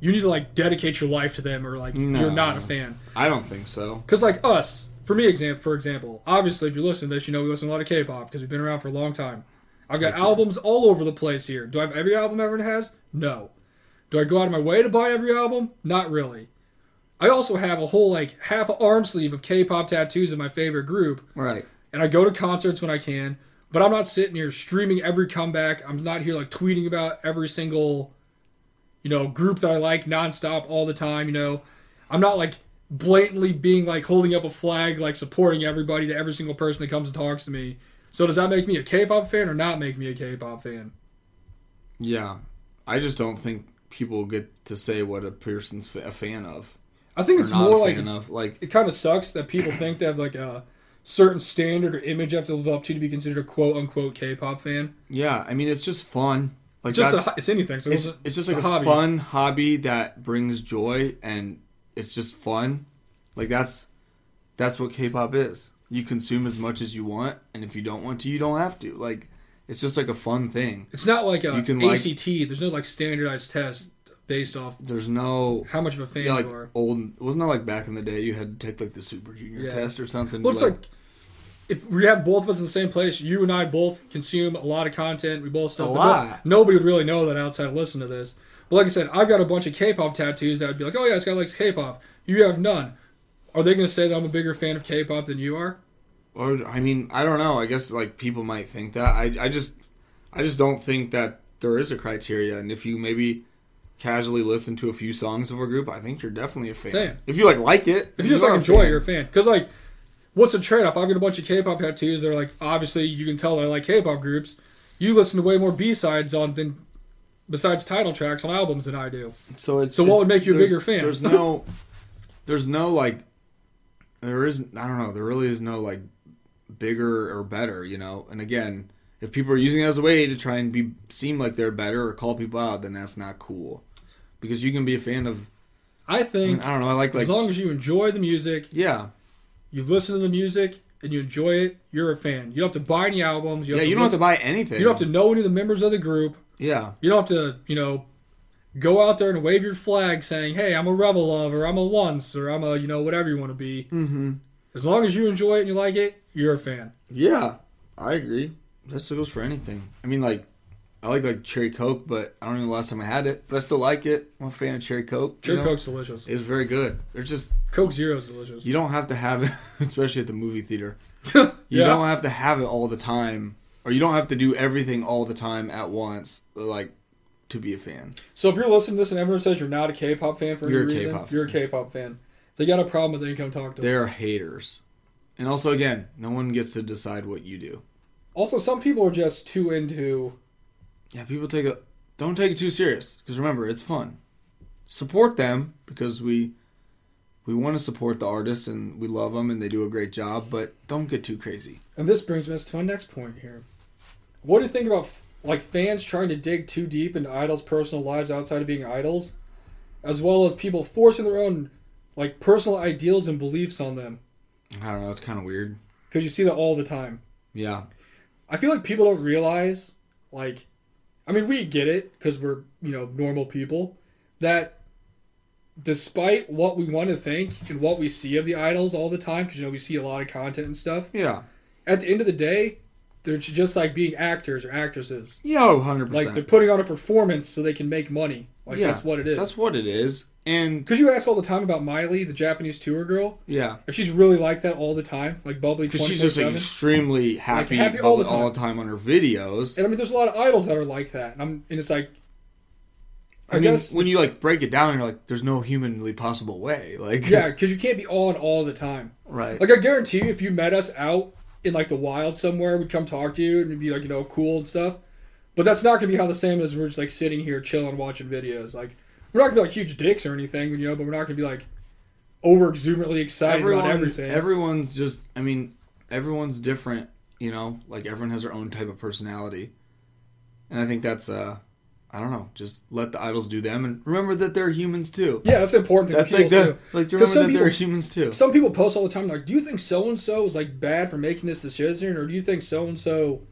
you need to like dedicate your life to them or like
No.
you're not a fan.
I don't think so.
Because like us, for me, example, for example, obviously, if you listen to this, you know we listen to a lot of K-pop because we've been around for a long time. I've got albums all over the place here. Do I have every album everyone has? No. Do I go out of my way to buy every album? Not really. I also have a whole like half an arm sleeve of K-pop tattoos of my favorite group,
Right.
and I go to concerts when I can. But I'm not sitting here streaming every comeback. I'm not here like tweeting about every single, you know, group that I like nonstop all the time. You know, I'm not like blatantly being like holding up a flag, like supporting everybody to every single person that comes and talks to me. So does that make me a K-pop fan or not make me a K-pop fan?
Yeah. I just don't think people get to say what a person's fa- a fan of.
I think
Or
it's
not
more
a
like
fan
it's,
of. Like
it kind of sucks that people think they have like a certain standard or image they have to live up to to be considered a quote unquote K-pop fan.
yeah, I mean it's just fun. Like
Just
that's,
a, it's anything. So
it's,
a-
it's just like a,
hobby.
fun hobby that brings joy and it's just fun like that's that's what k-pop is you consume as much as you want and if you don't want to you don't have to like it's just like a fun thing
It's not like a
You can, like-
ACT. There's no like standardized test based off
there's no
how much of a fan
yeah, like
you are.
old wasn't that like back in the day you had to take like the super junior
Yeah.
test or something
Well, it's like if we have both of us in the same place, you and I both consume a lot of content. We both stuff.
A
but
lot.
No, nobody would really know that outside of listening to this. But like I said, I've got a bunch of K-pop tattoos that would be like, oh yeah, this guy likes K-pop. You have none. Are they going to say that I'm a bigger fan of K-pop than you are?
Or I mean, I don't know. I guess like people might think that. I I just I just don't think that there is a criteria. And if you maybe casually listen to a few songs of a group, I think you're definitely a fan.
Fan.
If you like like it,
If
then
you just
are
like
a
enjoy it,
fan.
you're a fan. Because like, what's the trade-off? I've got a bunch of K-pop tattoos that are like, obviously you can tell that I like K-pop groups. You listen to way more B-sides on than besides title tracks on albums than I do.
So it's
So what
it's-
would make you a
there's-
bigger fan?
There's no, there's no like, there is I don't know. There really is no like bigger or better, you know. And again, if people are using it as a way to try and be seem like they're better or call people out, then that's not cool. Because you can be a fan of
I
I, mean,
think
Mm, I don't know. I like like
as long as you enjoy the music,
yeah.
you listen to the music, and you enjoy it, you're a fan. You don't have to buy any albums. You
Yeah,
have
you
to
don't have to
listen-
buy anything.
You don't have to know any of the members of the group.
Yeah,
You don't have to, you know, go out there and wave your flag saying, "Hey, I'm a rebel of," or "I'm a once," or "I'm a," you know, whatever you want to be.
Mm.
Mm-hmm. As long as you enjoy it and you like it, you're a fan.
yeah, I agree. That still goes for anything. I mean, like, I like like cherry coke, but I don't know the last time I had it, but I still like it. I'm a fan of cherry coke.
Cherry
you know?
Coke's delicious.
It's very good. There's just
Coke Zero is delicious.
you don't have to have it, especially at the movie theater. You
Yeah.
don't have to have it all the time, or you don't have to do everything all the time at once, like to be a fan.
So if you're listening to this and everyone says you're not a K-pop fan for
You're a
any reason,
K-pop
you're a K-pop fan. If they got a problem with it, then come talk to us.
They're haters, and also again, no one gets to decide what you do.
Also, some people are just too into
Yeah, people take it. Don't take it too serious because remember, it's fun. Support them because we we want to support the artists and we love them and they do a great job. But don't get too crazy.
And this brings us to our next point here. What do you think about like fans trying to dig too deep into idols' personal lives outside of being idols, as well as people forcing their own like personal ideals and beliefs on them?
I don't know. It's kind of weird.
Because you see that all the time.
Yeah,
I feel like people don't realize, like, I mean, we get it because we're you know normal people that despite what we want to think and what we see of the idols all the time, because you know we see a lot of content and stuff.
yeah,
at the end of the day, they're ju- just like being actors or actresses.
yo, oh, hundred
Like they're
percent.
putting on a performance so they can make money. Like
Yeah,
that's what it is.
That's what it is. And
Because you ask all the time about Miley, the Japanese tour girl,
yeah,
if she's really like that all the time, like bubbly
because
twenty
she's
four
just like,
seven.
extremely happy,
happy
all,
all
the,
the
all the time on her videos.
And I mean, there's a lot of idols that are like that. And I'm, and it's like,
I,
I
mean,
guess,
when you like break it down, you're like, there's no humanly possible way. Like,
yeah, because you can't be on all the time.
right.
Like I guarantee you, if you met us out in like the wild somewhere, we'd come talk to you and it'd be like you know cool and stuff. But that's not gonna be how the same as we're just like sitting here chilling watching videos. Like we're not gonna be like huge dicks or anything, you know. But we're not gonna be like over exuberantly excited about
everyone's
everything.
everyone's just i mean everyone's different you know like everyone has their own type of personality and i think that's uh i don't know just let the idols do them and remember that they're humans too
yeah, that's important.
that's
people
like the
too.
like
'Cause
remember
some
that they're
people-
humans too
Some people post all the time like, "Do you think so and so is like bad for making this decision, or do you think so and so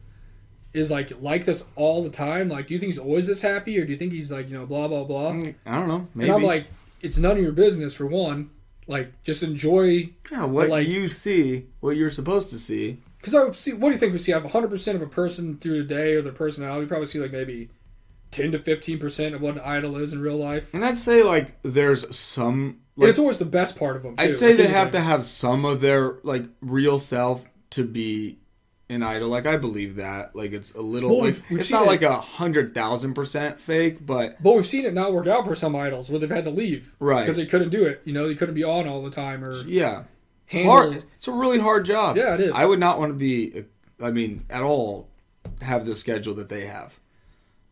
is like like this all the time? Like, do you think he's always this happy, or do you think he's like you know blah blah blah?"
Mm, i don't know maybe
And I'm like, it's none of your business for one. Like, just enjoy.
yeah, what
like-
you see what you're supposed to see
Because I would see. What do you think we see? I have 100 percent of a person through the day or their personality. We probably see like maybe 10 to 15 percent of what an idol is in real life.
and i'd say like there's some
and
like
it's always the best part of them. Too,
i'd say they have to have some of their like real self to be an idol like i believe that like it's a little
Well,
like
we've- we've
it's
seen
not
it.
like a hundred thousand percent fake but
But we've seen it not work out for some idols where they've had to leave,
Right.
Because they couldn't do it. You know, they couldn't be on all the time or
Yeah. It's
handle-
hard. It's a really hard job.
Yeah, it is.
I would not want to be, I mean, at all, have the schedule that they have.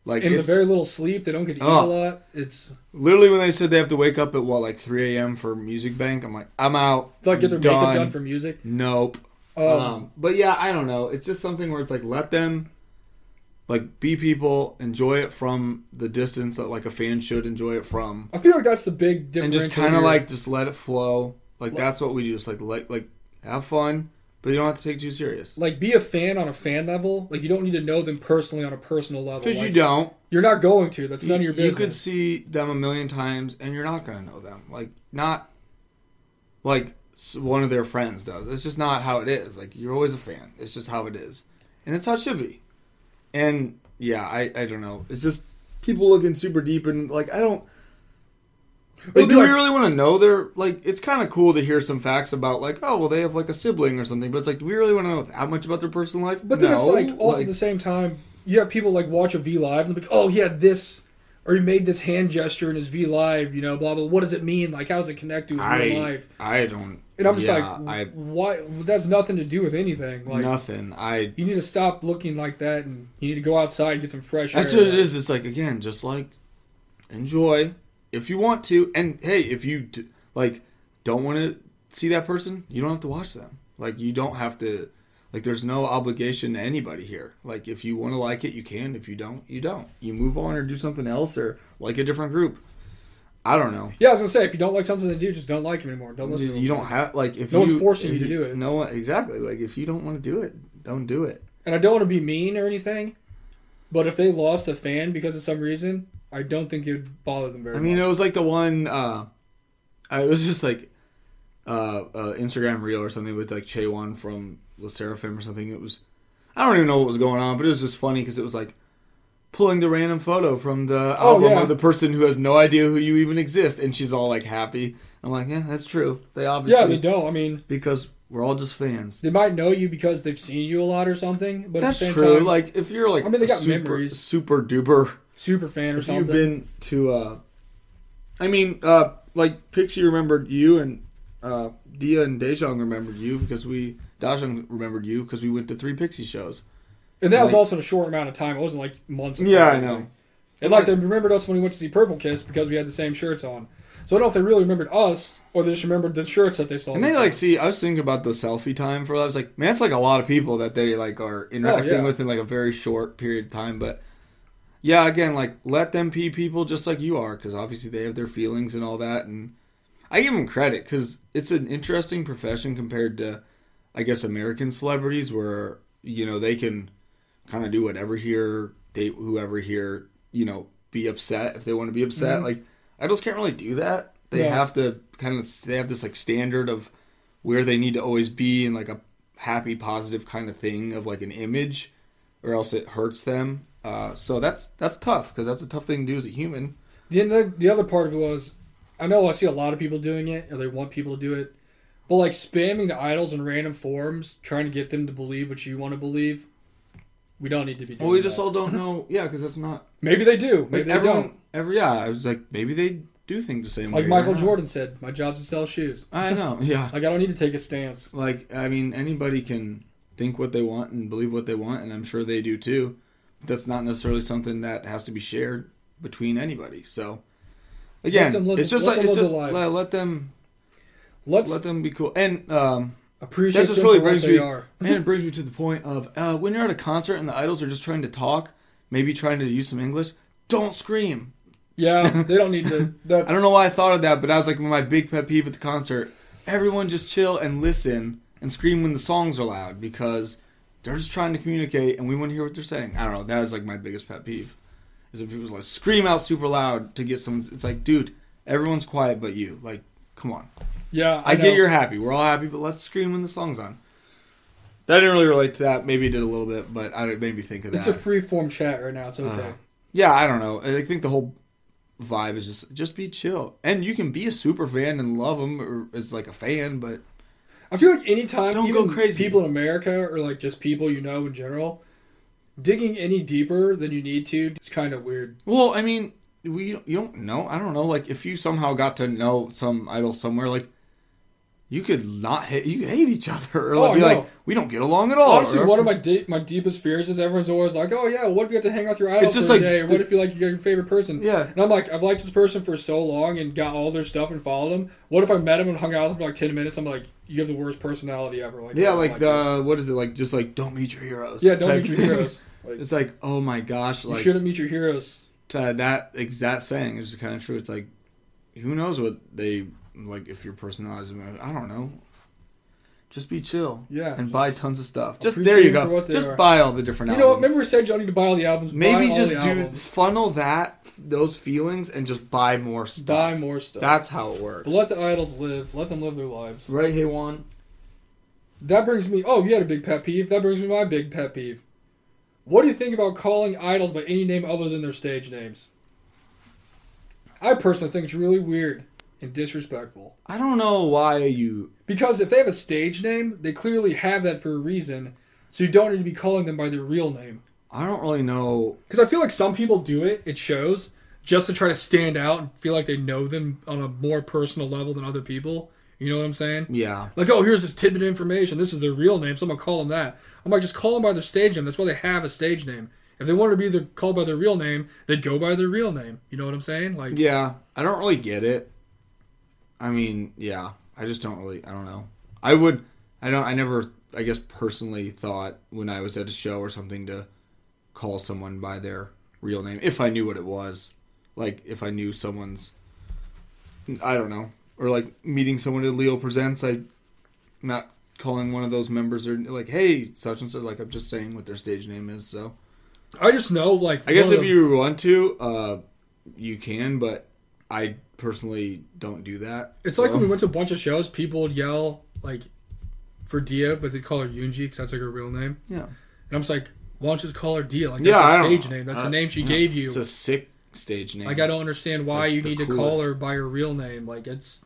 Like,
in the
it's,
very little sleep. They don't get to eat
Ugh.
a lot. It's
literally when they said they have to wake up at, what, like 3 a.m. for Music Bank, I'm like, I'm out.
like get their makeup
Done.
done for music.
Nope.
Um,
um, but yeah, I don't know. It's just something where it's like, let them, like, be people, enjoy it from the distance that, like, a fan should enjoy it from.
I feel like that's the big difference.
and just kind of like just let it flow. Like that's what we do. Just like like like have fun, but you don't have to take it too serious
like be a fan on a fan level. Like you don't need to know them personally on a personal level.
because you
Like,
don't.
You're not going to. That's none of your
You could
business.
see them a million times, and you're not gonna know them. Like not like s- one of their friends does. That's just not how it is. Like you're always a fan. It's just how it is, and that's how it should be. And yeah, I I don't know. It's just people looking super deep and like I don't. Like,
It'll be
do we
like-
really want to know their like? It's kind of cool to hear some facts about like, oh well, they have like a sibling or something. But it's like, do we really want to know that much about their personal life?
but then
no,
it's like also at the same time, you have people like watch a V live and be like, oh he had this, or he made this hand gesture in his V live. You know, blah blah. What does it mean? Like how does it connect to his real
I
life?
I don't.
And I'm just
yeah,
like,
I
why? That's nothing to do with anything. Like
nothing. I
you need to stop looking like that, and you need to go outside and get some fresh
that's
air.
what it is. It's like again, just like enjoy if you want to, and hey, if you do, like don't want to see that person, you don't have to watch them. Like you don't have to. Like there's no obligation to anybody here. Like if you want to like it, you can. If you don't, you don't. You move on or do something else or like a different group. I don't know.
Yeah, I was gonna say if you don't like something to do, just don't like him anymore. Don't listen.
Just-
to
you
him.
don't have like if
No
you,
one's forcing
if
you to do it.
No one exactly. Like if you don't want to do it, don't do it.
and I don't want to be mean or anything, but if they lost a fan because of some reason, I don't think it would bother them very
I mean,
much.
it was like the one. Uh, I it was just like uh, uh, Instagram reel or something with like Chewan from La Seraphim or something. It was I don't even know what was going on, but it was just funny because it was like pulling the random photo from the
Oh,
album
yeah.
of the person who has no idea who you even exist, and she's all like happy. I'm like, yeah, that's true. They obviously
yeah, they don't. I mean,
because we're all just fans.
they might know you because they've seen you a lot or something, but
That's
at the same
true.
time,
like if you're like
I mean, they
a
got
super,
memories.
super duper
super fan or
If you've
something.
been to, uh, I mean, uh, like Pixie remembered you, and uh, Dia and Dejong remembered you because we Dajong remembered you because we went to three Pixie shows.
And that was
Like-
also in a short amount of time. It wasn't like months. of
Yeah, I
everything.
know.
And like they remembered us when we went to see Purple Kiss because we had the same shirts on. So I don't know if they really remembered us or they just remembered the shirts that they saw.
And they like see. I was thinking about the selfie time for. I was like, man, that's like a lot of people that they like are interacting
yeah.
with in like a very short period of time. But yeah, again, like let them be people just like you are, because obviously they have their feelings and all that. And I give them credit because it's an interesting profession compared to, I guess, American celebrities where you know they can kind of do whatever here, date whoever here, you know, be upset if they want to be upset.
Mm-hmm.
Like idols can't really do that. They
No.
have to kind of they have this like standard of where they need to always be in like a happy, positive kind of thing of like an image, or else it hurts them. Uh, so that's that's tough because that's a tough thing to do as a human.
The, the, the other part of it was, I know I see a lot of people doing it, or they want people to do it, but like spamming the idols in random forums, trying to get them to believe what you want to believe, we don't need to be doing
Well, we
that.
just all don't know. Yeah, because that's not
Maybe they do. Maybe
like
they
everyone.
don't.
Every yeah, I was like maybe they do think the same way.
Like
I
Michael
don't know.
Jordan said, my job's to sell shoes.
I know. Yeah.
Like I don't need to take a stance.
Like, I mean, anybody can think what they want and believe what they want, and I'm sure they do too. But that's not necessarily something that has to be shared between anybody. So, again,
them live-
it's just
let
like
them
it's
live
just
their lives.
let, let them
Let's
let them be cool. And um,
appreciate
that just
them
really
for what
brings
they
me
are.
and it brings me to the point of uh, when you're at a concert and the idols are just trying to talk, maybe trying to use some English. Don't scream.
Yeah, they don't need to. That's,
I don't know why I thought of that, but that was like my big pet peeve at the concert. Everyone just chill and listen and scream when the songs are loud because they're just trying to communicate and we want to hear what they're saying. I don't know. That was like my biggest pet peeve. Is when people like scream out super loud to get someone's. It's like, dude, everyone's quiet but you. Like, come on.
Yeah, I,
I, get
know.
you're happy. We're all happy, but let's scream when the song's on. That didn't really relate to that. Maybe it did a little bit, but I, it made me think of that. Uh-huh.
It's a free form chat right now. It's okay.
Yeah, I don't know. I think the whole vibe is just just be chill, and you can be a super fan and love them or as like a fan, but
I feel like anytime
Don't
even
go crazy.
people in America or like just people you know in general, digging any deeper than you need to is kind of weird.
well, I mean, we you don't know. I don't know. Like if you somehow got to know some idol somewhere, like you could not hate you could hate each other or
Oh,
like, be
no.
like we don't get along at all.
Honestly,
or-
one of my de- my deepest fears is everyone's always like, "Oh yeah, what if you have to hang out with your idol
It's just
for a
like
day?
the-
what if you like your favorite person?"
Yeah.
and I'm like, I've liked this person for so long and got all their stuff and followed them. What if I met him and hung out with him for like ten minutes? I'm like, you have the worst personality ever. Like, I
yeah,
don't
like
you.
the what is it like? Just like don't meet your heroes.
yeah, don't
type
meet your
thing.
heroes. Like,
It's like oh my gosh,
you
like
shouldn't meet your heroes.
to that exact saying is kind of true. It's like, who knows what they like if your personality. is- I don't know. Just be chill.
Yeah,
And
just
buy tons of stuff. Just there you
appreciate them for
go.
what they
Just
are.
buy all the different.
You know what?
albums.
Remember we said you don't need to buy all the albums.
Maybe
buy all
just
the
do
albums.
funnel that those feelings and just buy more stuff.
buy more stuff.
That's how it works.
But let the idols live. Let them live their lives.
Right, hey one.
That brings me. Oh, you had a big pet peeve. That brings me to my big pet peeve. What do you think about calling idols by any name other than their stage names? I personally think it's really weird and disrespectful.
I don't know why you.
Because if they have a stage name, they clearly have that for a reason. So you don't need to be calling them by their real name.
I don't really know.
Because I feel like some people do it. It shows just to try to stand out and feel like they know them on a more personal level than other people. You know what I'm saying?
Yeah.
Like, oh, here's this tidbit of information. This is their real name, so I'm gonna call them that. I'm like, just call them by their stage name. That's why they have a stage name. If they wanted to be the, called by their real name, they'd go by their real name. You know what I'm saying? Like,
Yeah, I don't really get it. I mean, yeah, I just don't really. I don't know. I would. I don't. I never. I guess personally thought when I was at a show or something to call someone by their real name if I knew what it was. Like if I knew someone's. I don't know. Or like meeting someone at Leo Presents, I not calling one of those members or like, hey, such and such. Like I'm just saying what their stage name is. So
I just know, like,
I guess
one
if
of the-
you want to, uh, you can, but I personally don't do that.
it's like
so-
when we went to a bunch of shows, people would yell like for Dia, but they'd call her Yoonji because that's like her real name.
yeah,
And I'm just like, why don't you just call her Dia? Like, that's
Yeah, I
her
don't-
stage name. That's
I-
the name she gave you.
it's a sick stage name.
Like, I don't understand why
like
you
the
need to call
coolest.
her by her real name. Like, it's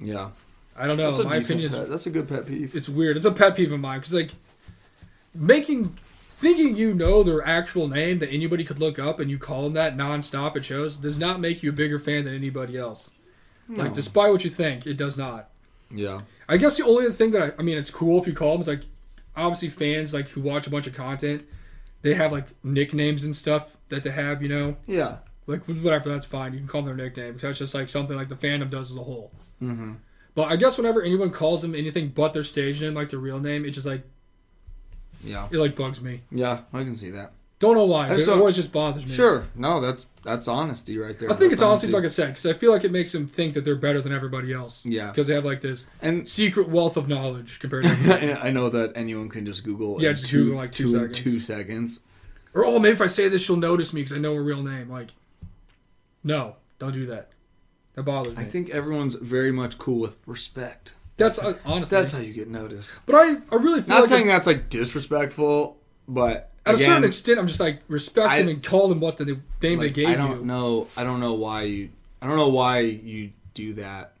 Yeah,
I don't know.
that's a
Oh, my
decent.
opinion is
pet- that's a good pet peeve.
it's weird. It's a pet peeve of mine because like making thinking you know their actual name that anybody could look up and you call them that nonstop at shows does not make you a bigger fan than anybody else. Like despite what you think, it does not.
Yeah,
I guess the only thing that I, I mean, it's cool if you call them is like obviously fans like who watch a bunch of content they have like nicknames and stuff that they have, you know,
Yeah.
like whatever. That's fine. You can call them their nickname. 'cause That's just like something like the fandom does as a whole. Mm-hmm. But I guess whenever anyone calls them anything but their stage name, like their real name, it just like
Yeah.
it like bugs me.
Yeah. I can see that.
Don't know why.
I just
it
don't-
always just bothers me.
Sure. No, that's that's honesty right there.
I think
That's
it's honestly like I said, because I feel like it makes them think that they're better than everybody else.
Yeah.
Because they have like this
and
secret wealth of knowledge compared to everybody.
and I know that anyone can just Google.
Yeah,
in
just Google like two
in
seconds.
Two seconds.
or oh, maybe if I say this, she'll notice me because I know her real name. Like, no, don't do that. That bothers me.
I think everyone's very much cool with respect.
that's uh, honestly.
That's how you get noticed.
but I, I really feel
Not
like
saying
it's-
that's like disrespectful, but
at a
again,
certain extent, I'm just like respect
I-
them and call them what the name they
like,
gave
I don't
you.
know. I don't know why you. I don't know why you do that.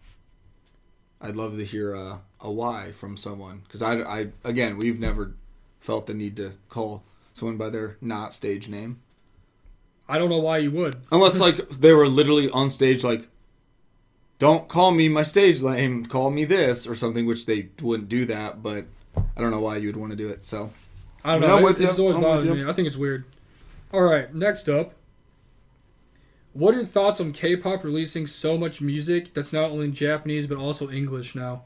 I'd love to hear a, a why from someone because I, I again we've never felt the need to call someone by their not stage name
I don't know why you would.
unless like they were literally on stage like don't call me my stage name call me this or something which they wouldn't do that but I don't know why you would want to do it so
I don't
I'm
know.
with
It-
you.
This always
I'm with
bothers
you.
me. I think it's weird. All right, next up. What are your thoughts on K-pop releasing so much music that's not only in Japanese but also English now?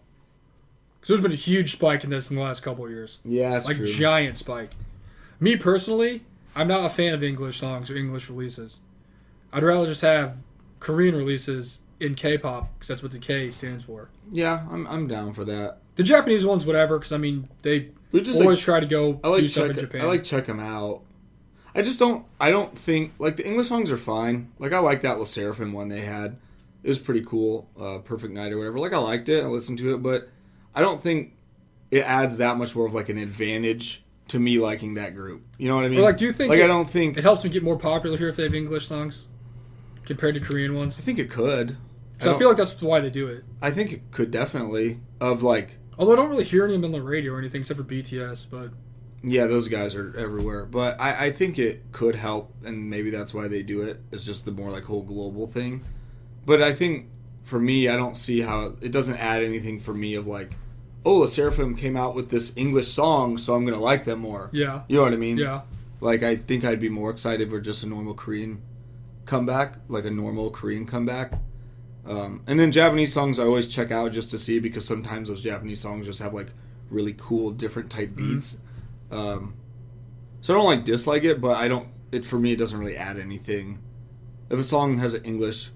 Because there's been a huge spike in this in the last couple of years,
yeah that's
like
true
giant spike. Me personally, I'm not a fan of English songs or English releases. I'd rather just have Korean releases in K-pop because that's what the K stands for.
yeah I'm I'm down for that
The Japanese ones, whatever, because I mean they
we just like,
always try to go
I like
do stuff
check.
in Japan.
I like check them out. I just don't. I don't think like the English songs are fine. Like I like that La Seraphim one they had. It was pretty cool. Uh, Perfect night or whatever. Like I liked it. I listened to it, but I don't think it adds that much more of like an advantage to me liking that group. You know what I mean?
like, do you think
Like
it-
I don't think.
It helps me get more popular here if they have English songs compared to Korean ones.
I think it could. I,
So I,
don't-
feel like that's why they do it.
I think it could definitely. Of like,
Although I don't really hear any of them on the radio or anything except for BTS, but
yeah, those guys are everywhere. But I, I think it could help, and maybe that's why they do it. It's just the more like whole global thing. But I think for me, I don't see how it doesn't add anything for me of like, oh, La Seraphim came out with this English song, so I'm gonna like them more.
yeah.
You know what I mean?
Yeah.
Like I think I'd be more excited for just a normal Korean comeback, like a normal Korean comeback. Um, and then Japanese songs I always check out just to see because sometimes those Japanese songs just have like really cool different type
Mm-hmm.
beats. Um, so I don't like dislike it, but I don't. It for me it doesn't really add anything. If a song has an English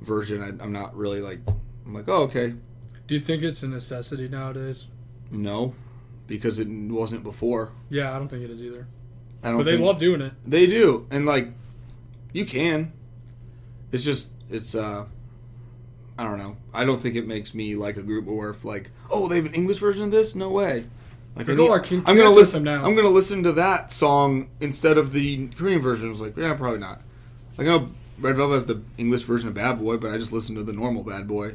version, I, I'm not really like I'm like oh okay
Do you think it's a necessity nowadays?
no, because it wasn't before.
Yeah, I don't think it is either.
I don't.
But they
think-
love doing it.
They do, and like, you can. It's just it's uh, I don't know. I don't think it makes me like a group or if like, oh, they have an English version of this. No way. Like, I
Go,
need-
I can
I'm gonna
connect with
listen.
them now.
I'm gonna listen to that song instead of the Korean version. I was like, yeah, probably not. Like, I know Red Velvet has the English version of Bad Boy, but I just listened to the normal Bad Boy.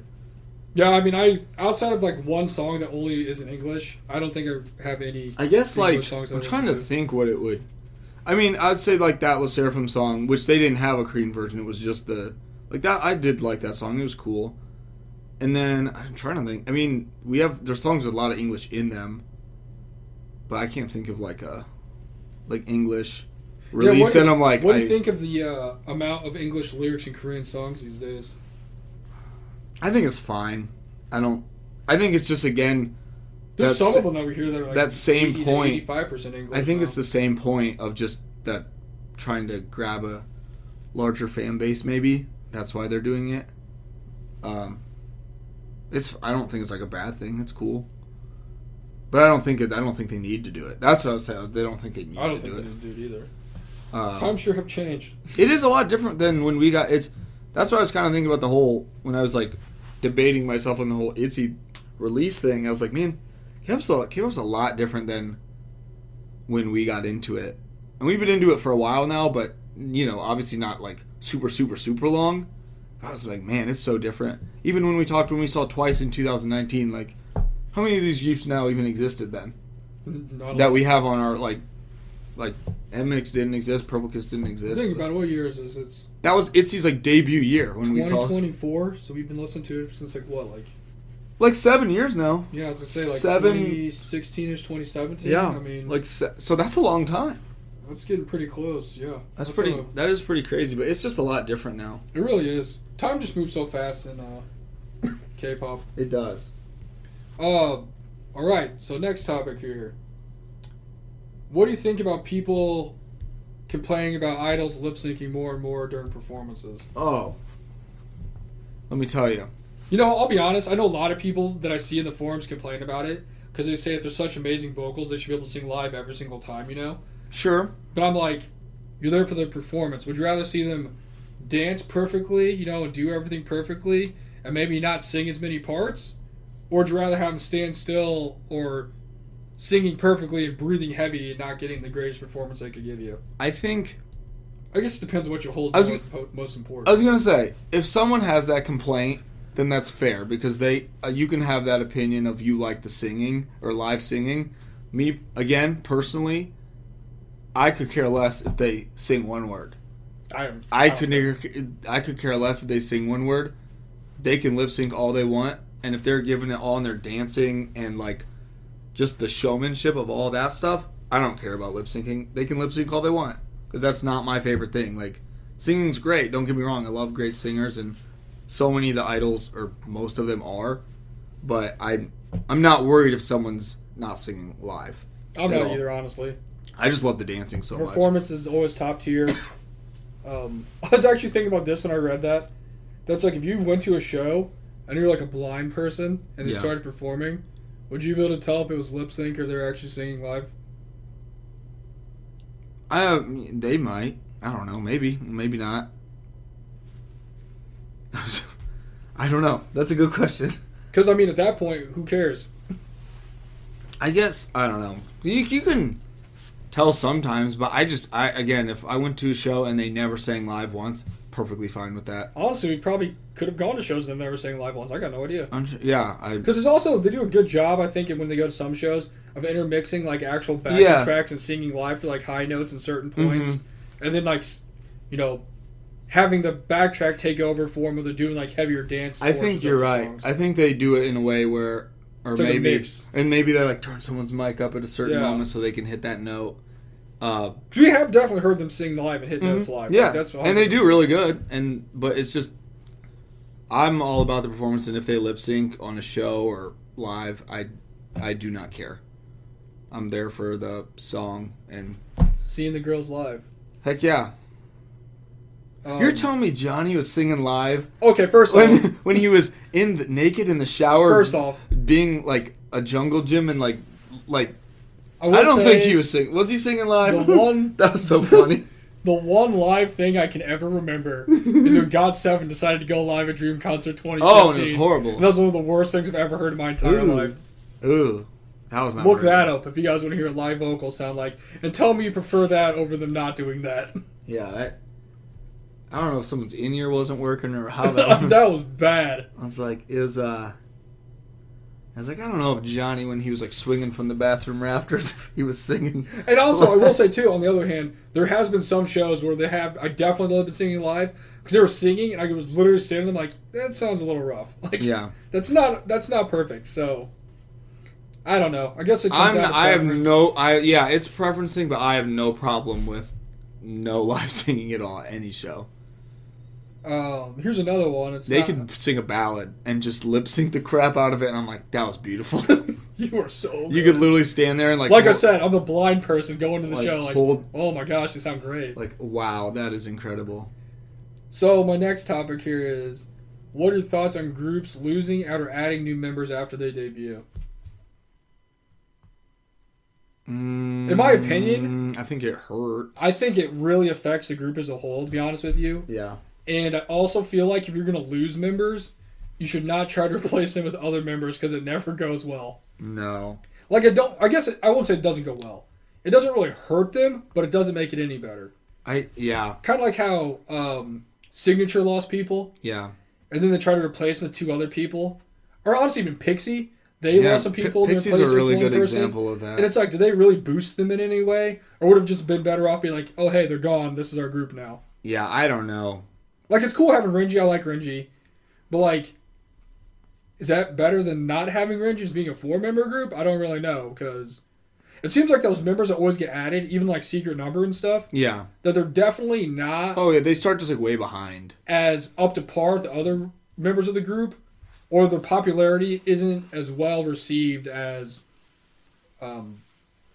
Yeah, I mean, I outside of like one song that only is in English, I don't think I have any.
I guess
The
like
English songs I
I'm
listen
trying to
to.
think what it would. I mean, I'd say like that La Seraphim song, which they didn't have a Korean version. It was just the like that. I did like that song. It was cool. And then I'm trying to think. I mean, we have there's songs with a lot of English in them, but I can't think of like a like English
Yeah,
release.
what do
that
you-
I'm like,
What do you
I-
think of the uh, amount of English lyrics in Korean songs these days?
I think it's fine. I don't. I think it's just again
There's
That's-
some of them that we hear that are like
that same point,
Eighty-five percent English.
I think
now.
it's the same point of just that trying to grab a larger fan base. Maybe that's why they're doing it. Um, it's I don't think it's like a bad thing. It's cool, but I don't think it. I don't think they need to do it. That's what I was saying. They don't think they need
I don't
to
think
do
they
it.
didn't do it either.
Um,
Times sure have changed.
it is a lot different than when we got it's. That's what I was kind of thinking about the whole when I was like debating myself on the whole Itzy release thing. I was like, man, K-pop's a, K-pop's a lot different than when we got into it, and we've been into it for a while now. But you know, obviously not like super, super, super long. I was like, man, it's so different. Even when we talked, when we saw twice in 2019, like how many of these groups now even existed then?
Not
that we have on our like like MX didn't exist, Purple Kiss didn't exist.
Think about it, what year is this? It's
that was Itzy's like debut year when we saw
2024, so we've been listening to it since like what, like
like seven years now.
yeah, I was gonna say like
Seven-
2016 ish, 2017. I mean,
like se- so that's a long time.
That's getting pretty close. Yeah,
That's pretty.
a-
that is pretty crazy, but it's just a lot different now.
it really is. Time just moves so fast in uh, K-pop.
It does.
Um, all right. So next topic here. What do you think about people complaining about idols lip syncing more and more during performances?
Oh, let me tell you.
You know, I'll be honest. I know a lot of people that I see in the forums complain about it because they say if there's such amazing vocals, they should be able to sing live every single time. You know,
Sure.
but I'm like, you're there for their performance. Would you rather see them dance perfectly, you know, and do everything perfectly, and maybe not sing as many parts, or would you rather have them stand still or singing perfectly and breathing heavy and not getting the greatest performance they could give you?
I think
I guess it depends on what you hold
I was
most, po- most important.
I was gonna say if someone has that complaint, then that's fair because they uh, you can have that opinion of you like the singing or live singing. Me again personally, I could care less if they sing one word.
I, don't,
I
don't
could
know.
nigger, I could care less if they sing one word. They can lip sync all they want, and if they're giving it all and they're dancing and like just the showmanship of all that stuff, I don't care about lip syncing. They can lip sync all they want because that's not my favorite thing. Like singing's great. Don't get me wrong. I love great singers, and so many of the idols or most of them are. But I'm I'm not worried if someone's not singing live.
I'm
at
not
all.
either, honestly.
I just love the dancing so much.
Performance is always top tier. Um, I was actually thinking about this when I read that. That's like if you went to a show and you're like a blind person and they
Yeah.
started performing, would you be able to tell if it was lip sync or they're actually singing live?
I um, they might. I don't know. Maybe. Maybe not. I don't know. That's a good question.
Because I mean, at that point, who cares?
I guess I don't know. You, you can tell sometimes, but I just I again if I went to a show and they never sang live once, perfectly fine with that.
Honestly, we probably could have gone to shows and they never sang live ones. I got no idea.
I'm sure, yeah, I
Because there's also they do a good job, I think, and when they go to some shows of intermixing like actual backing
Yeah. Mm-hmm.
tracks and singing live for like high notes and certain points, and then like s- you know having the backtrack take over for them, where they're doing like heavier dance.
I
forms
think
with
you're
different
right.
songs.
I think they do it in a way where or
It's like a
maybe
mix.
and maybe they like turn someone's mic up at a certain
Yeah.
moment so they can hit that note. Uh,
'Cause we have definitely heard them sing live and hit notes live.
Mm-hmm. Yeah,
Like, that's what
and they do really good. And but it's just, I'm all about the performance, and if they lip sync on a show or live, I, I do not care. I'm there for the song, and
seeing the girls live.
heck yeah,
Um,
you're telling me Johnny was singing live
okay. First off,
when when he was in the, naked in the shower,
first off,
being like a jungle gym and like like
I,
I,
will
don't
say
think he was singing. Was he singing live?
The one-
that was so funny.
The one live thing I can ever remember is when God Seven decided to go live at Dream Concert 2015.
Oh, and it was horrible.
And that was one of the worst things I've ever heard in my entire
Ooh.
life.
Ooh, that was not
Look
very
that
good.
up if you guys want to hear live vocals sound like, and tell me you prefer that over them not doing that.
Yeah, that, I don't know if someone's in ear wasn't working or how that.
that was bad.
I was like, it was. Uh, I was like, I don't know if Johnny, when he was like swinging from the bathroom rafters, if he was singing.
And also, I will say too, on the other hand, there has been some shows where they have I definitely love been singing live because they were singing and I was literally sitting them like that sounds a little rough. Like
yeah,
that's not that's not perfect. So I don't know. I guess it comes
I'm.
down to
I have
preference.
no. I yeah, it's preferencing, but I have no problem with no live singing at all. at Any show,
Um, here's another one. It's
they
not-
could sing a ballad and just lip sync the crap out of it, and I'm like, that was beautiful.
You are so.
you
good.
could literally stand there and like,
Like I
hold-
said, I'm a blind person going to the
Like,
show. Like,
hold-
oh my gosh, they sound great.
like, wow, that is incredible.
So my next topic here is, what are your thoughts on groups losing out or adding new members after they debut?
In
my opinion-
Mm, I think it hurts.
I think it really affects the group as a whole. To be honest with you,
Yeah.
and I also feel like if you're gonna lose members, you should not try to replace them with other members because it never goes well.
No.
Like I don't. I guess it, I won't say it doesn't go well. It doesn't really hurt them, but it doesn't make it any better.
I yeah
Kind of like how um, signature lost people.
yeah.
and then they try to replace them with two other people, or honestly, even Pixie. They
yeah
lost some
Pi-
people. and they
Pixie's
replaced
a
it with
really
one
good
person.
example of
And
that.
it's like, did they really boost them in any way, or would have just been better off being like, oh hey, they're gone. This is our group now.
Yeah, I don't know.
Like it's cool having Renji. I like Renji, but like, is that better than not having Renji as being a four member group? I don't really know because. It seems like those members that always get added, even like secret number and stuff,
Yeah.
that they're definitely not
Oh yeah, they start just like way behind.
as up to par with the other members of the group, or their popularity isn't as well received as um,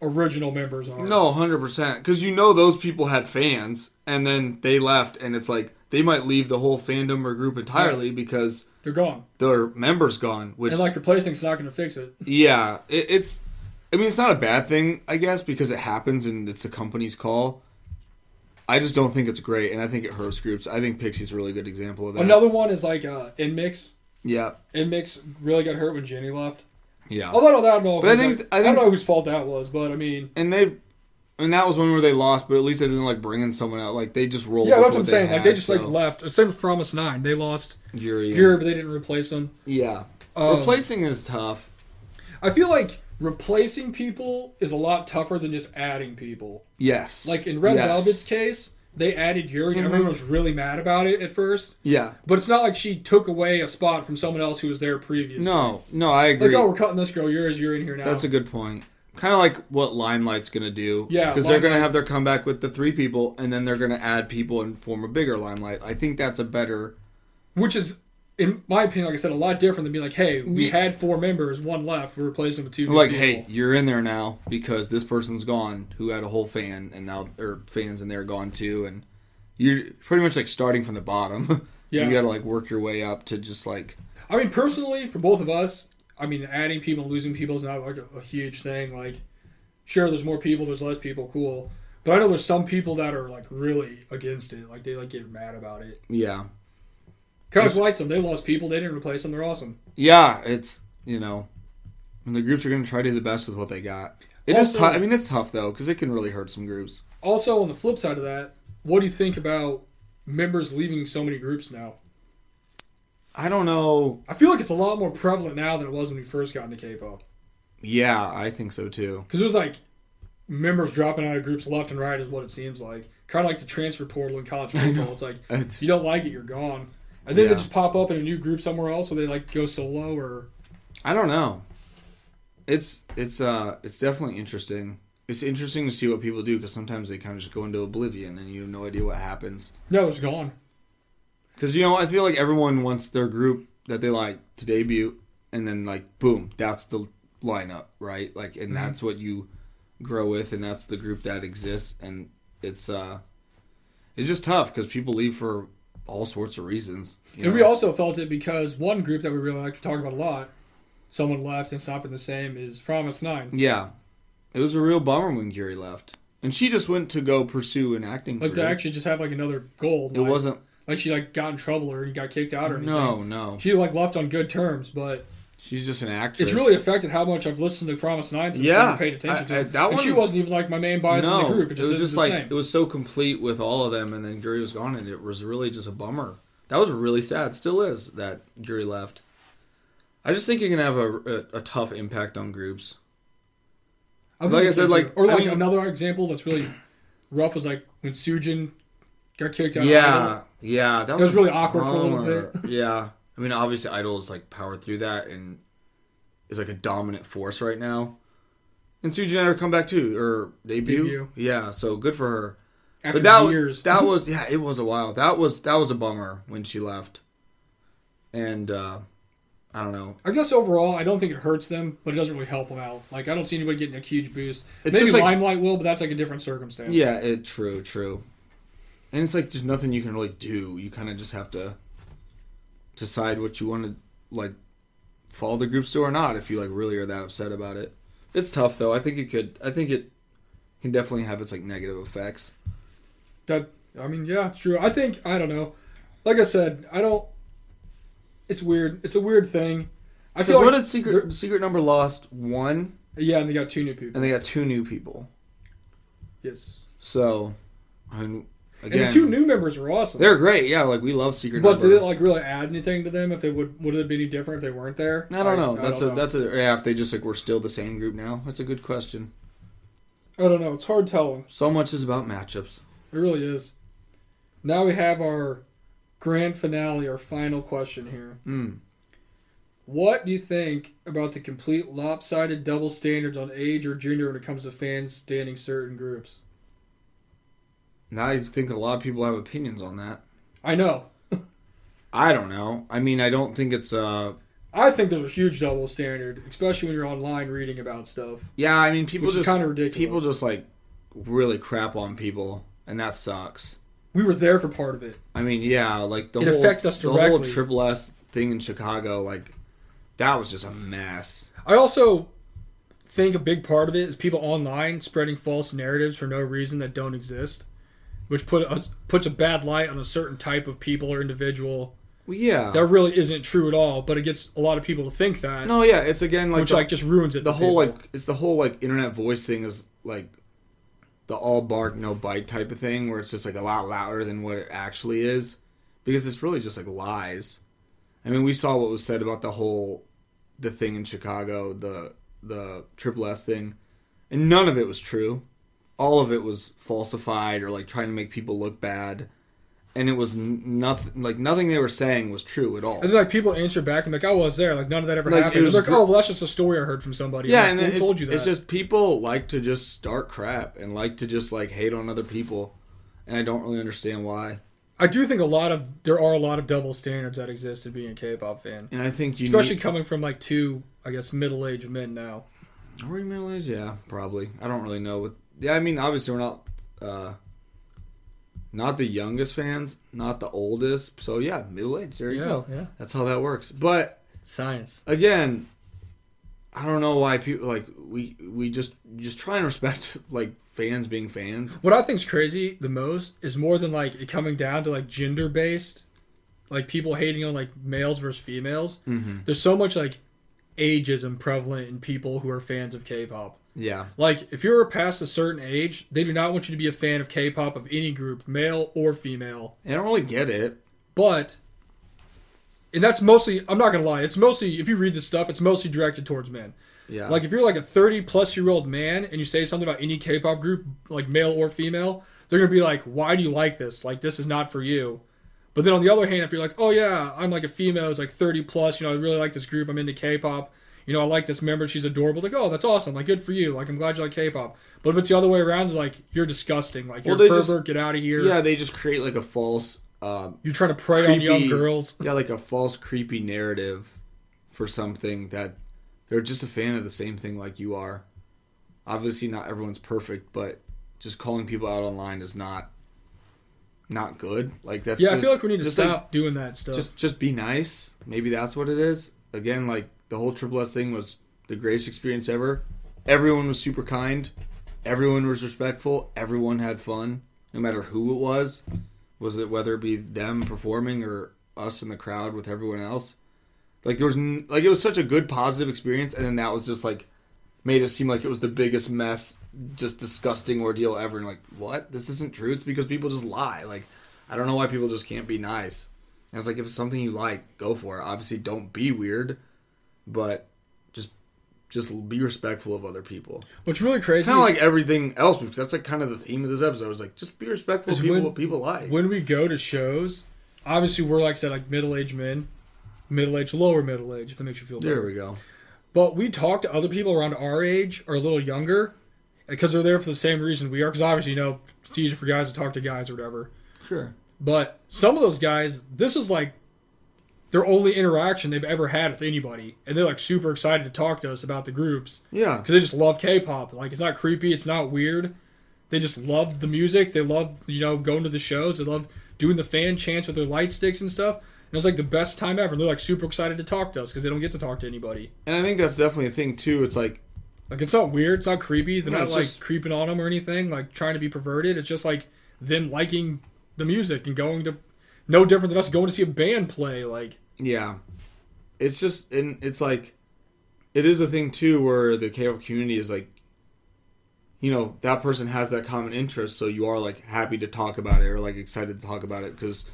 original members are.
No, hundred percent. Because you know those people had fans, and then they left, and it's like they might leave the whole fandom or group entirely because
they're gone,
their members gone. Which
and like replacing's not going to fix it.
Yeah, it, it's. I mean, it's not a bad thing, I guess, because it happens and it's the company's call. I just don't think it's great, and I think it hurts groups. I think Pixie's a really good example of that.
Another one is like uh, Inmix.
yeah,
Inmix really got hurt when Jenny left.
yeah.
Although I don't know,
But I think-
like,
I
I
think-
don't know whose fault that was, but I mean.
And they, and that was one where they lost, but at least they didn't like bring in someone out. Like they just rolled.
Yeah,
with
that's what I'm saying. like they
had,
just
so-
like left. Same with Promise Nine. They lost
Yuri.
Fury, but they didn't replace them.
Yeah,
Um,
replacing is tough.
I feel like replacing people is a lot tougher than just adding people.
Yes,
Like in Red
Yes. Mm-hmm.
Velvet's case, they added Yuri. and Everyone was really mad about it at first,
Yeah,
but it's not like she took away a spot from someone else who was there previously.
no, no, I agree.
Like, oh, we're cutting this girl. Yuri's you're in here now.
That's a good point. Kind of like what Limelight's going to do.
Yeah,
Because they're going to
Limelight-
have their comeback with the three people, and then they're going to add people and form a bigger Limelight. I think that's a better.
Which is, in my opinion, like I said, a lot different than being like, hey, we
Yeah.
had four members, one left, we're replacing them with two. new
Like,
people.
hey, you're in there now because this person's gone who had a whole fan, and now, or fans, and they're gone too. And you're pretty much like starting from the bottom.
Yeah.
You got to like work your way up to just like.
I mean, personally, for both of us, I mean, adding people and losing people is not like a, a huge thing. Like, sure, there's more people, there's less people, cool. But I know there's some people that are like really against it. Like they like get mad about it.
Yeah.
Kind of like them. They lost people. They didn't replace them. They're awesome.
Yeah, it's, you know, and the groups are going to try to do the best with what they got. It is
Also-
tough. I mean, it's tough though because it can really hurt some groups.
Also, on the flip side of that, what do you think about members leaving so many groups now?
I don't know
I feel like it's a lot more prevalent now than it was when we first got into K-pop.
Yeah, I think so too.
Because it was like members dropping out of groups left and right is what it seems like. Kind of like the transfer portal in college football. It's like if you don't like it, you're gone. And then
Yeah.
they just pop up in a new group somewhere else, or they like go solo, or
I don't know. It's it's uh it's definitely interesting. It's interesting to see what people do because sometimes they kind of just go into oblivion and you have no idea what happens.
no, it's gone.
Because you know, I feel like everyone wants their group that they like to debut, and then like boom, that's the lineup, right? Like, and that's what you grow with, and that's the group that exists, and it's uh it's just tough because people leave for all sorts of reasons. you
And we
know?
also felt it because one group that we really like to talk about a lot, someone left and it's not been the same is Promise Nine.
Yeah. It was a real bummer when Gary left. And she just went to go pursue an acting
Like they
career.
actually just have like another goal.
it wasn't
like she like got in trouble or got kicked out or anything.
no, no.
She like left on good terms, but
She's just an actress.
It's really affected how much I've listened to Promise Nine since
Yeah,
I've paid attention
I-
to
I-
it.
that
and she
one-
wasn't even like my main bias in
no.
the group. It,
It,
just
was
isn't
just
the
like
same.
it was so complete with all of them and then Gary was gone and it was really just a bummer. That was really sad. Still is that Gary left. I just think you're gonna have a, a, a tough impact on groups.
I think
like I
it's
said,
different.
like,
or like
I mean-
another example that's really rough was like when Sujin got kicked out. of
Yeah,
Idol.
yeah, that was,
was
a
really awkward for a little
bummer. Yeah, I mean, obviously, Idol's like powered through that and is like a dominant force right now. And Sujin had her come back too, or debut.
Debut.
Yeah, so good for her.
after
but that
years.
that was yeah, it was a while. That was that was a bummer when she left. And uh I don't know.
I guess overall, I don't think it hurts them, but it doesn't really help them out. Like I don't see anybody getting a huge boost.
It's
Maybe
just like-
Limelight will, but that's like a different circumstance.
Yeah, it true, true. And it's like there's nothing you can really do. You kind of just have to decide what you want to like follow the groups to or not. If you like really are that upset about it, it's tough though. I think it could. I think it can definitely have its like negative effects.
That I mean, yeah, it's true. I think I don't know. Like I said, I don't. It's weird. It's a weird thing. I
Because
feel
what
like
did secret secret number lost one,
yeah, and they got two new people.
and they got two new people.
Yes.
So, I mean,
And
again,
the two new members were awesome.
they're great. Yeah, like we love secret.
but did
number.
it like really add anything to them? If they would, would it be any different if they weren't there?
I don't know.
I
that's
don't
a
know.
that's a yeah. If they just like we're still the same group now, that's a good question.
I don't know. It's hard telling.
So much is about matchups.
It really is.
Hmm.
Now we have our grand finale, our final question here.
Mm.
What do you think about the complete lopsided double standards on age or gender when it comes to fans standing certain groups?
Now I think a lot of people have opinions on that.
I know.
I don't know. I mean, I don't think it's uh
I think there's a huge double standard, especially when you're online reading about stuff.
yeah, I mean people
Which is
just
kinda ridiculous.
People just like really crap on people and that sucks.
We were there for part of it.
I mean, yeah, like the
It
whole
affects us
the whole
directly.
triple S thing in Chicago, like that was just a mess.
I also think a big part of it is people online spreading false narratives for no reason that don't exist, which put a, puts a bad light on a certain type of people or individual
Well, yeah.
that really isn't true at all, but it gets a lot of people to think that,
no, yeah, it's again like
which
the,
like just ruins it.
the
for
whole
people.
like it's the whole like internet voice thing is like the all bark no bite type of thing where it's just like a lot louder than what it actually is because it's really just like lies. I mean, we saw what was said about the whole the thing in Chicago, the the triple S thing, and none of it was true. All of it was falsified or like trying to make people look bad, and it was n- nothing like nothing they were saying was true at all.
And then like people answer back and like I was there, like none of that ever
Like,
happened.
it
It
was
was like,
gr-
oh well, that's just a story I heard from somebody.
Yeah,
Like,
and
who
it's,
told you that?
it's just people like to just start crap and like to just like hate on other people, and I don't really understand why.
I do think a lot of there are a lot of double standards that exist in being a K-pop fan,
And I think you
especially
need,
coming from like two, I guess, middle-aged men now.
are we middle aged? Yeah, probably. I don't really know what. Yeah, I mean, obviously we're not, uh not the youngest fans, not the oldest. So yeah, middle aged. There you
yeah,
go.
yeah,
That's how that works. But
science.
again, I don't know why people like we we just just try and respect like fans being fans.
What I think's crazy the most is more than like it coming down to like gender-based, like people hating on like males versus females.
Mhm.
There's so much like ageism prevalent in people who are fans of K-pop.
Yeah,
Like, if you're past a certain age, they do not want you to be a fan of K-pop of any group, male or female.
I don't really get it.
But, and that's mostly, I'm not gonna lie, it's mostly, if you read this stuff, it's mostly directed towards men.
Yeah,
Like, if you're like a 30 plus year old man and you say something about any K-pop group, like male or female, they're gonna be like, why do you like this? Like, this is not for you. But then on the other hand, if you're like, oh yeah, I'm like a female, it's like 30 plus, you know, I really like this group, I'm into K-pop, you know, I like this member, she's adorable. Like, oh, that's awesome, like good for you, like I'm glad you like K-pop. But if it's the other way around, like you're disgusting, like
Well,
you're a
they just-
pervert, get out of here.
Yeah, they just create like a false, um,
You're trying to prey on
Creepy.
young girls.
yeah, like a false creepy narrative for something that they're just a fan of the same thing like you are. Obviously, not everyone's perfect, but just calling people out online is not not good. Like that's
Yeah,
just,
I feel like we need to
just,
stop
like,
doing that stuff.
just just be nice. Maybe that's what it is. Again, like the whole Triple S thing was the greatest experience ever. Everyone was super kind. Everyone was respectful. Everyone had fun, no matter who it was. Was it whether it be them performing or us in the crowd with everyone else? Like there was n- like it was such a good positive experience, and then that was just like made it seem like it was the biggest mess, just disgusting ordeal ever. And like, what? This isn't true. It's because people just lie. Like, I don't know why people just can't be nice. And it's like if it's something you like, go for it. Obviously, don't be weird, but just just be respectful of other people.
What's really crazy
Kind of like everything else, because that's like kind of the theme of this episode. It's like just be respectful of
Is
people.
when-
what people like.
when we go to shows, obviously we're like I said, like middle aged men, middle aged, lower middle age, if that makes you feel better.
there we go.
But we talk to other people around our age or a little younger because they're there for the same reason we are. Because obviously, you know, it's easier for guys to talk to guys or whatever.
Sure.
But some of those guys, this is like their only interaction they've ever had with anybody. And they're like super excited to talk to us about the groups.
Yeah.
because they just love K-pop. Like it's not creepy, it's not weird. They just love the music. They love you know going to the shows. They love doing the fan chants with their light sticks and stuff. And it's like the best time ever. And they're like super excited to talk to us because they don't get to talk to anybody.
And I think that's definitely a thing too. It's like
Like it's not weird. It's not creepy. They're
No,
not
it's
like
just-
creeping on them or anything. Like trying to be perverted. It's just like them liking the music and going to no different than us going to see a band play. Like
Yeah. It's just and it's like it is a thing too where the K-pop community is like you know, that person has that common interest so you are like happy to talk about it or like excited to talk about it because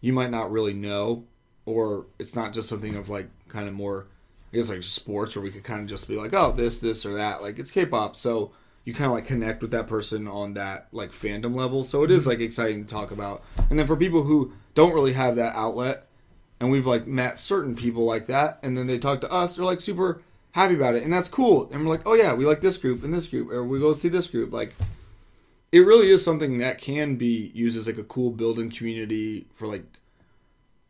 you might not really know or it's not just something of like kind of more I guess like sports where we could kind of just be like, "Oh, this this or that." Like it's K-pop, so you kind of like connect with that person on that like fandom level. So it is like exciting to talk about. And then for people who don't really have that outlet, and we've like met certain people like that, and then they talk to us. They're like super happy about it, and that's cool. And we're like, oh yeah, we like this group and this group, or we go see this group. Like, it really is something that can be used as like a cool building community for like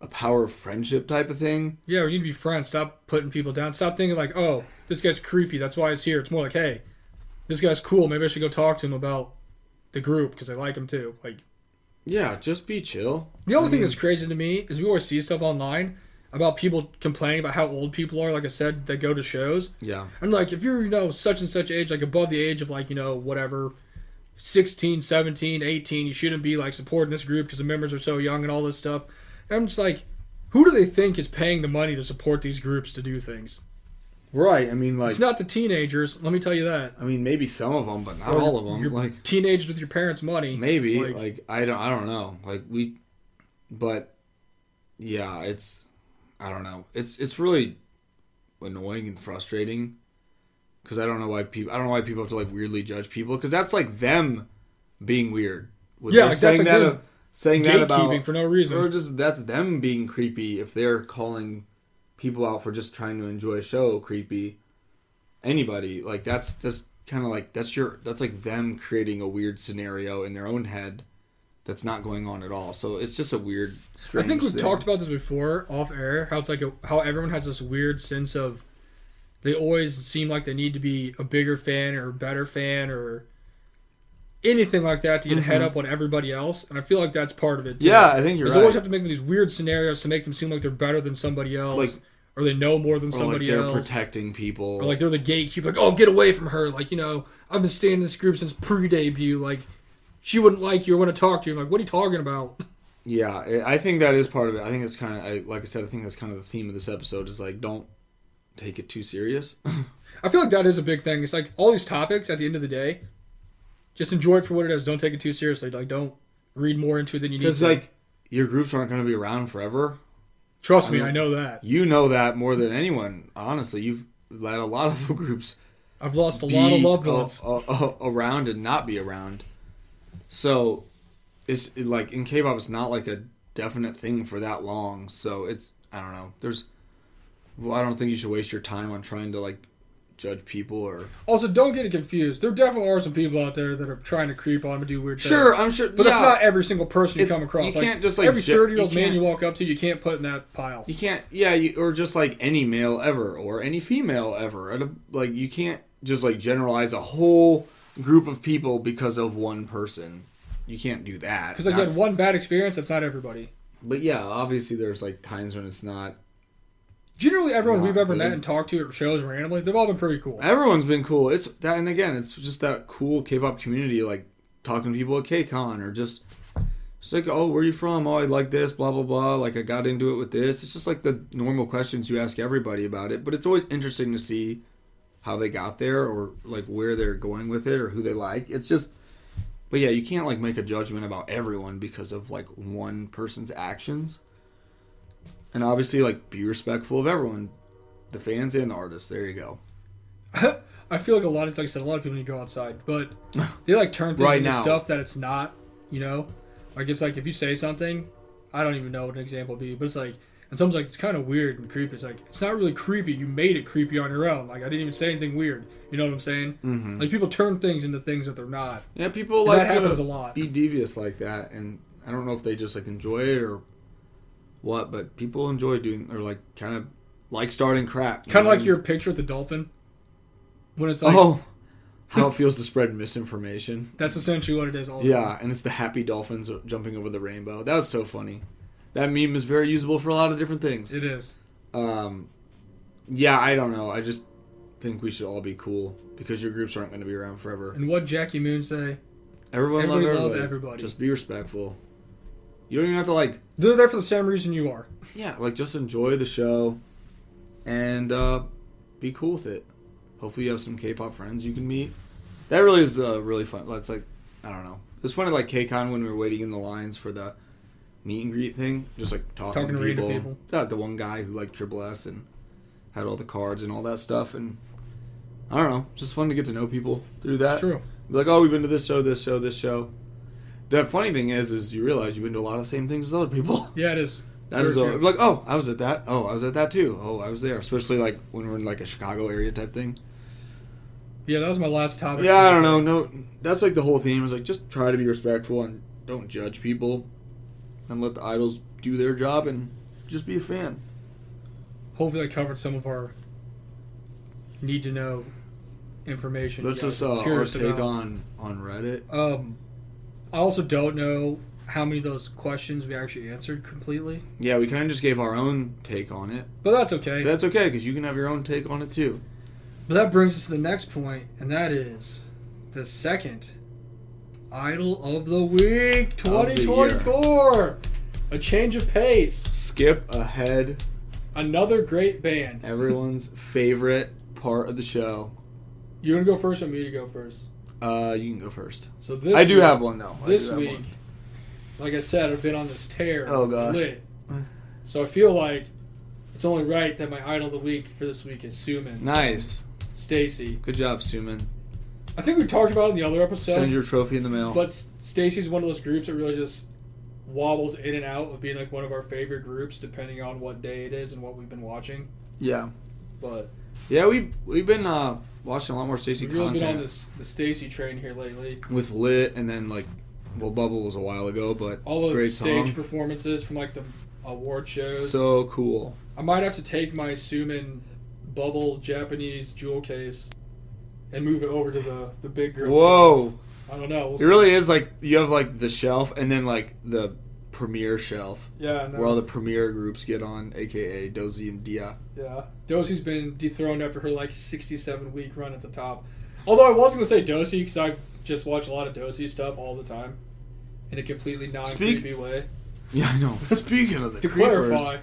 a power of friendship type of thing.
Yeah, we need to be friends. Stop putting people down. Stop thinking like, oh, this guy's creepy. That's why he's here. It's more like, hey, this guy's cool. Maybe I should go talk to him about the group because I like him too. Like
Yeah, just be chill.
the other thing that's crazy to me is we always see stuff online about people complaining about how old people are. Like I said, that go to shows.
Yeah,
And like, if you're, you know, such and such age, like above the age of like, you know, whatever, 16, 17, 18, you shouldn't be like supporting this group because the members are so young and all this stuff. And I'm just like, who do they think is paying the money to support these groups to do things?
right. I mean, like,
It's not the teenagers, let me tell you that.
I mean, maybe some of them, but not
Or
all of them.
your
Like,
teenagers with your parents' money.
maybe
Like,
like, i don't i don't know like we but yeah it's i don't know it's it's really annoying and frustrating because i don't know why people i don't know why people have to like weirdly judge people because that's like them being weird when
Yeah,
they're
like, that's,
saying
like,
that
them
uh, saying that
gatekeeping
about
for no reason.
or just that's them being creepy if they're calling people out for just trying to enjoy a show creepy anybody like that's just kind of like that's your that's like them creating a weird scenario in their own head that's not going on at all so it's just a weird
I
strange
think we've
thing.
talked about this before off air. How it's like a, how everyone has this weird sense of they always seem like they need to be a bigger fan or a better fan or anything like that to get ahead up on everybody else. And I feel like that's part of it.
Mm-hmm.
Too.
yeah i think you're
They
right
always have to make these weird scenarios to make them seem like they're better than somebody else,
Like-
or they know more than
Or,
somebody
like they're
else,
protecting people
or like they're the gatekeeper. Like, oh, get away from her! Like, you know, I've been staying in this group since pre-debut. Like, she wouldn't like you or want to talk to you. I'm like, what are you talking about?
Yeah, I I think that is part of it. I think it's kind of I, like I said. I think that's kind of the theme of this episode is like don't take it too serious.
I feel like that is a big thing. It's like all these topics at the end of the day, just enjoy it for what it is. Don't take it too seriously. Like don't read more into it than you need
Because
to.
like your groups aren't going to be around forever.
Trust me,
I mean-
I know that.
You know that more than anyone. Honestly, you've let a lot of groups
I've lost a
be
lot of loved
a-
ones.
a- a- around and not be around. So it's it, like in K-pop, it's not like a definite thing for that long. So it's I don't know. There's well, I don't think you should waste your time on trying to like judge people or
Also, don't get it confused. There definitely are some people out there that are trying to creep on and do weird things.
sure. I'm sure,
But
yeah,
that's not every single person you
It's-
come across.
you can't just, like,
every
ju-
thirty-year-old
you
man
can't-
you walk up to, you can't put in that pile.
you can't. Yeah, you, or just like any male ever or any female ever. And, uh, Like you can't just like generalize a whole group of people because of one person. You can't do that
Because like, you
That's-
had one bad experience. That's not everybody.
But yeah, obviously there's like times when it's not.
Generally, everyone
Not
we've ever met
good.
and talked to at shows randomly, they've all been pretty cool.
Everyone's been cool. It's that, and again, it's just that cool K-pop community, like talking to people at KCON or just, just like, oh, where you from? Oh, I like this, blah blah blah. Like I got into it with this. It's just like the normal questions you ask everybody about it. But it's always interesting to see how they got there or like where they're going with it or who they like. It's just, but yeah, you can't like make a judgment about everyone because of like one person's actions. And obviously, like be respectful of everyone, the fans and the artists. There you go.
I feel like a lot of, like I said, a lot of people need to go outside, but they like turn things
Right
into
now.
stuff that it's not. You know, like it's like if you say something, I don't even know what an example would be, but it's like, and someone's like, it's kind of weird and creepy. It's like it's not really creepy. You made it creepy on your own. Like I didn't even say anything weird. You know what I'm saying? Mm-hmm. Like people turn things into things that they're not.
Yeah, people
And
like
that happens
to
a lot.
be devious like that, and I don't know if they just like enjoy it or what, but people enjoy doing or like kind of like starting crap. you
Kind of
know,
like
and-
your picture with the dolphin, when it's like
oh, how it feels to spread misinformation.
that's essentially what it is. All the time.
Yeah, and it's the happy dolphins jumping over the rainbow. That was so funny. That meme is very usable for a lot of different things.
it is.
Um, yeah, I don't know. I just think we should all be cool because your groups aren't going to be around forever.
And what Jackie Moon say?
Everyone love
Everybody love
everybody.
everybody.
Just be respectful. You don't even have to like
They're there for the same reason you are.
yeah, like just enjoy the show and uh, be cool with it. Hopefully, you have some K-pop friends you can meet. That really is uh, really fun. That's like I don't know. It's funny like KCON when we were waiting in the lines for the meet and greet thing, just like talking,
Talking
to
to random
people.
people.
That the one guy who liked Triple S and had all the cards and all that stuff, and I don't know, just fun to get to know people through that.
True.
Be like, oh, we've been to this show, this show, this show. The funny thing is, is you realize you've been to a lot of the same things as other people.
Yeah, it is.
That is
Sure,
a-
sure.
like oh I was at that oh I was at that too oh I was there especially like when we're in like a Chicago area type thing.
Yeah, that was my last topic.
Yeah, I don't know. No, that's like the whole theme is like just try to be respectful and don't judge people, and let the idols do their job and just be a fan.
Hopefully, I covered some of our need to know information.
That's
you guys
just
are
uh, our
curious
take
about.
on on Reddit.
Um, I also don't know how many of those questions we actually answered completely,
Yeah, we kind of just gave our own take on it.
but that's okay.
That's okay because you can have your own take on it too.
but that brings us to the next point, and that is the second Idol of the Week
Of the year.
2024. A change of pace.
Skip ahead,
Another great band.
everyone's favorite part of the show.
You want to go first or me to go first?
Uh, you can go first.
So this
I do
week-
have one though. I
this
do have
week,
one.
like I said, I've been on this tear.
Oh, gosh.
Lit. So I feel like it's only right that my idol of the week for this week is Suman.
Nice,
Stacy.
good job, Suman.
I think we talked about it in the other
Send
episode,
your trophy in the mail.
but Stacy's one of those groups that really just wobbles in and out of being like one of our favorite groups depending on what day it is and what we've been watching.
yeah,
But
yeah, we we've been uh watching a lot more Stacey
we've really
content.
been on this the Stacy train here lately.
with lit and then like well bubble was a while ago but
All of
great
the stage
song
performances from like the award shows.
so cool
I might have to take my Suman bubble Japanese jewel case and move it over to the, the big girl.
whoa
I don't know. We'll
it really is like you have like the shelf and then like the premiere shelf
see. Yeah, no.
where all the premiere groups get on aka dozy and dia
yeah. Dosey's been dethroned after her like 67 week run at the top. Although I was going to say Dosey because I just watch a lot of Dosey stuff all the time in a completely non
Speak-
creepy way.
yeah i know speaking of the
To
creepers
clarify.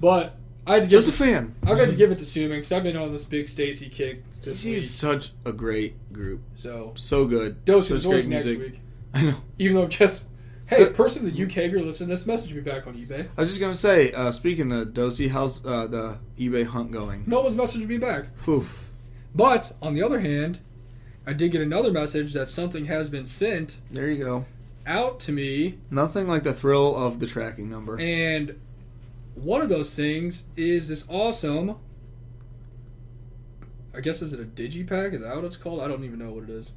But I had to give
just a
it,
fan
I've got to give it to Suman because I've been on this big Stacy kick this
she's
week.
such a great group
So
so good
Dosey's
such
always next week.
i know
Even though just hey,
So-
person in the UK, if you're listening, to this message me back on eBay.
i was just gonna say uh speaking of dozy how's uh the ebay hunt going
No one's messaged me back.
Oof.
But on the other hand, I did get another message that something has been sent
there you go
out to me,
nothing like the thrill of the tracking number
and one of those things is this awesome. I guess is it a digipack? Is that what it's called? I don't even know what it is.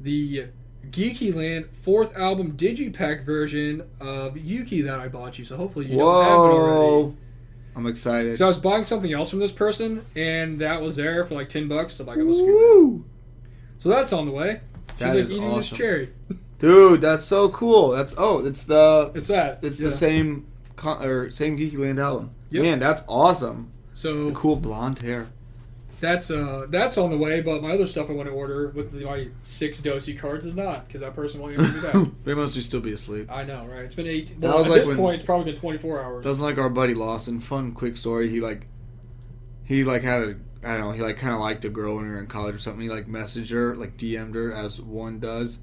The Geekyland fourth album digipack version of Yuki that I bought you. So hopefully you don't have it already.
Whoa! I'm excited.
So I was buying something else from this person, and that was there for like ten bucks. So I'm like, I'm gonna scoop it.
Woo!
So that's on the way. She's
That
like
is
eating
awesome.
this cherry.
Dude, that's so cool. That's oh, it's the
It's that.
it's
Yeah.
the same con- or same Geeky Land album.
Yep.
Man, that's awesome. The
So
cool blonde hair.
that's uh that's on the way. But my other stuff I want to order with the, my six dosy cards is not because that person won't even be back.
they must be still be asleep.
I know, right? It's been eight.
That
Well,
was
at
like
this
when-
point, it's probably been 24 hours.
Doesn't like our buddy Lawson. Fun quick story. He like he like had a I don't know. He like kind of liked a girl when we were in college or something. He like messaged her, like DM'd her as one does.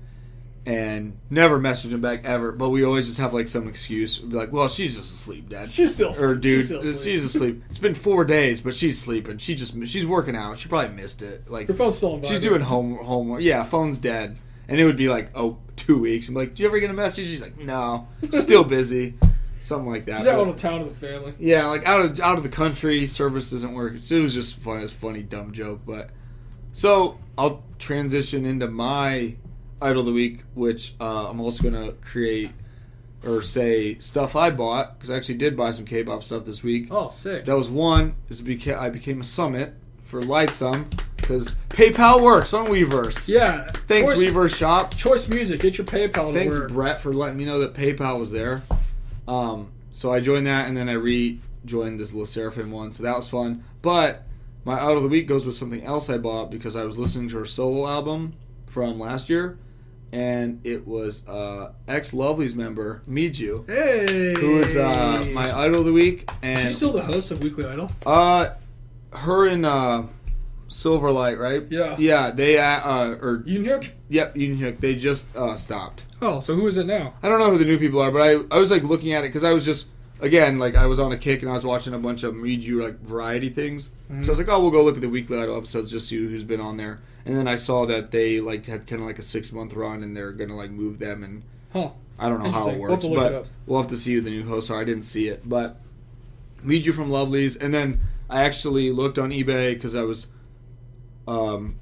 And never messaged him back ever, but we always just have like some excuse. We'd be like, "Well, she's just asleep, Dad."
She's still.
or
asleep.
er, dude,
She's still
she's,
asleep.
asleep. It's been four days, but she's sleeping. She just she's working out. She probably missed it. Like
Her phone's still on.
she's
vibrate.
doing home homework. Yeah, phone's dead, and it would be like oh two weeks. I'm like, do you ever get a message? She's like, no, still busy, something like that.
She's out
But-
on the town of the family.
yeah, like out of out of the country, service doesn't work. It was just fun. It's a funny dumb joke, but so I'll transition into my idol of the week, which uh, I'm also gonna create or say stuff I bought because I actually did buy some K-pop stuff this week.
Oh, sick.
That was one is beca- I became a summit for Lightsum because PayPal works on Weverse.
yeah.
Thanks
Choice,
Weverse Shop.
Choice Music. Get your PayPal. to
Thanks,
work.
Brett, for letting me know that PayPal was there. Um, so I joined that, and then I rejoined this Little Seraphim one, so that was fun. But my out of the week goes with something else I bought because I was listening to her solo album from last year, and it was uh, ex Lovely's member Miju,
Hey.
who is uh, my idol of the week, and
She's still the host of Weekly Idol.
uh, her and uh, Silverlight, right?
Yeah.
yeah, they uh, uh or
You know.
yep, Union Hook, they just uh, stopped.
Oh, so who is it now?
I don't know who the new people are, but I, I was like looking at it because I was just again like I was on a kick and I was watching a bunch of read you like variety things. So I was like, oh, we'll go look at the weekly idol episodes just see who's been on there. And then I saw that they like had kind of like a six month run and they're gonna like move them and
Huh.
I don't know how it
Interesting. We'll have
works,
to look it
but
up.
we'll have to see who the new hosts are. I didn't see it, but Meet You from Lovely's, and then I actually looked on eBay because I was um,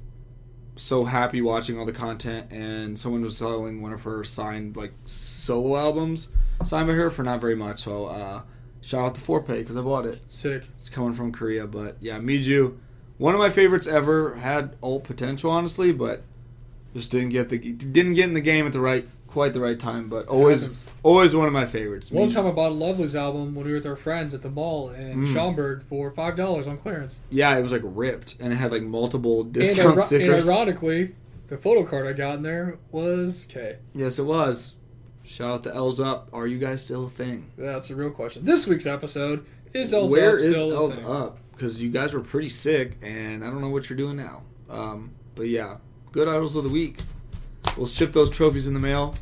so happy watching all the content, and someone was selling one of her signed like solo albums signed by her for not very much. So uh, shout out to Forepay because I bought it.
Sick.
It's coming from Korea, but yeah, Miju, one of my favorites ever. Had all potential, honestly, but just didn't get the didn't get in the game at the right quite the right time. But always
happens.
always one of my favorites.
One
Miju.
time I bought a Lovely's album when we were with our friends at the mall in
Mm.
Schaumburg for five dollars on clearance.
yeah, it was like ripped and it had like multiple
And,
discount
iro-
stickers.
and ironically, the photo card I got in there was K.
yes, it was. Shout out to L's up. Are you guys still a thing?
That's a real question. This week's episode is L's
Where
up
is
still a
L's
thing?
up? Because you guys were pretty sick, and I don't know what you're doing now. Um, but yeah, good idols of the week. We'll ship those trophies in the mail.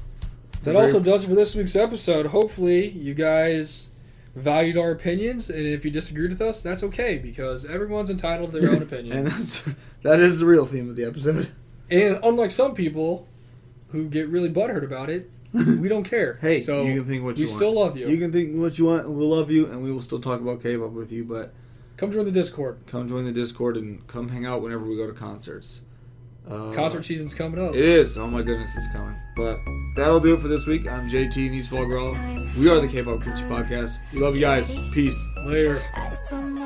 That
Very-
also does it for this week's episode. Hopefully, you guys valued our opinions, and if you disagreed with us, that's okay because everyone's entitled to their own opinion.
And
and,
that's that is the real theme of the episode.
unlike some people who get really butthurt about it, we don't care.
Hey,
so
you can think what
we
you want.
still love you.
You can think what you want. and We'll love you, and we will still talk about K-pop with you. But
Come join the Discord.
come join the Discord and come hang out whenever we go to concerts. Uh,
Concert season's coming up.
It is. Oh my goodness, it's coming. But that'll do it for this week. I'm JT and East Fall Girl. We are the K-pop Kimchi Podcast. We love you guys. Peace.
Later.
Eyes on my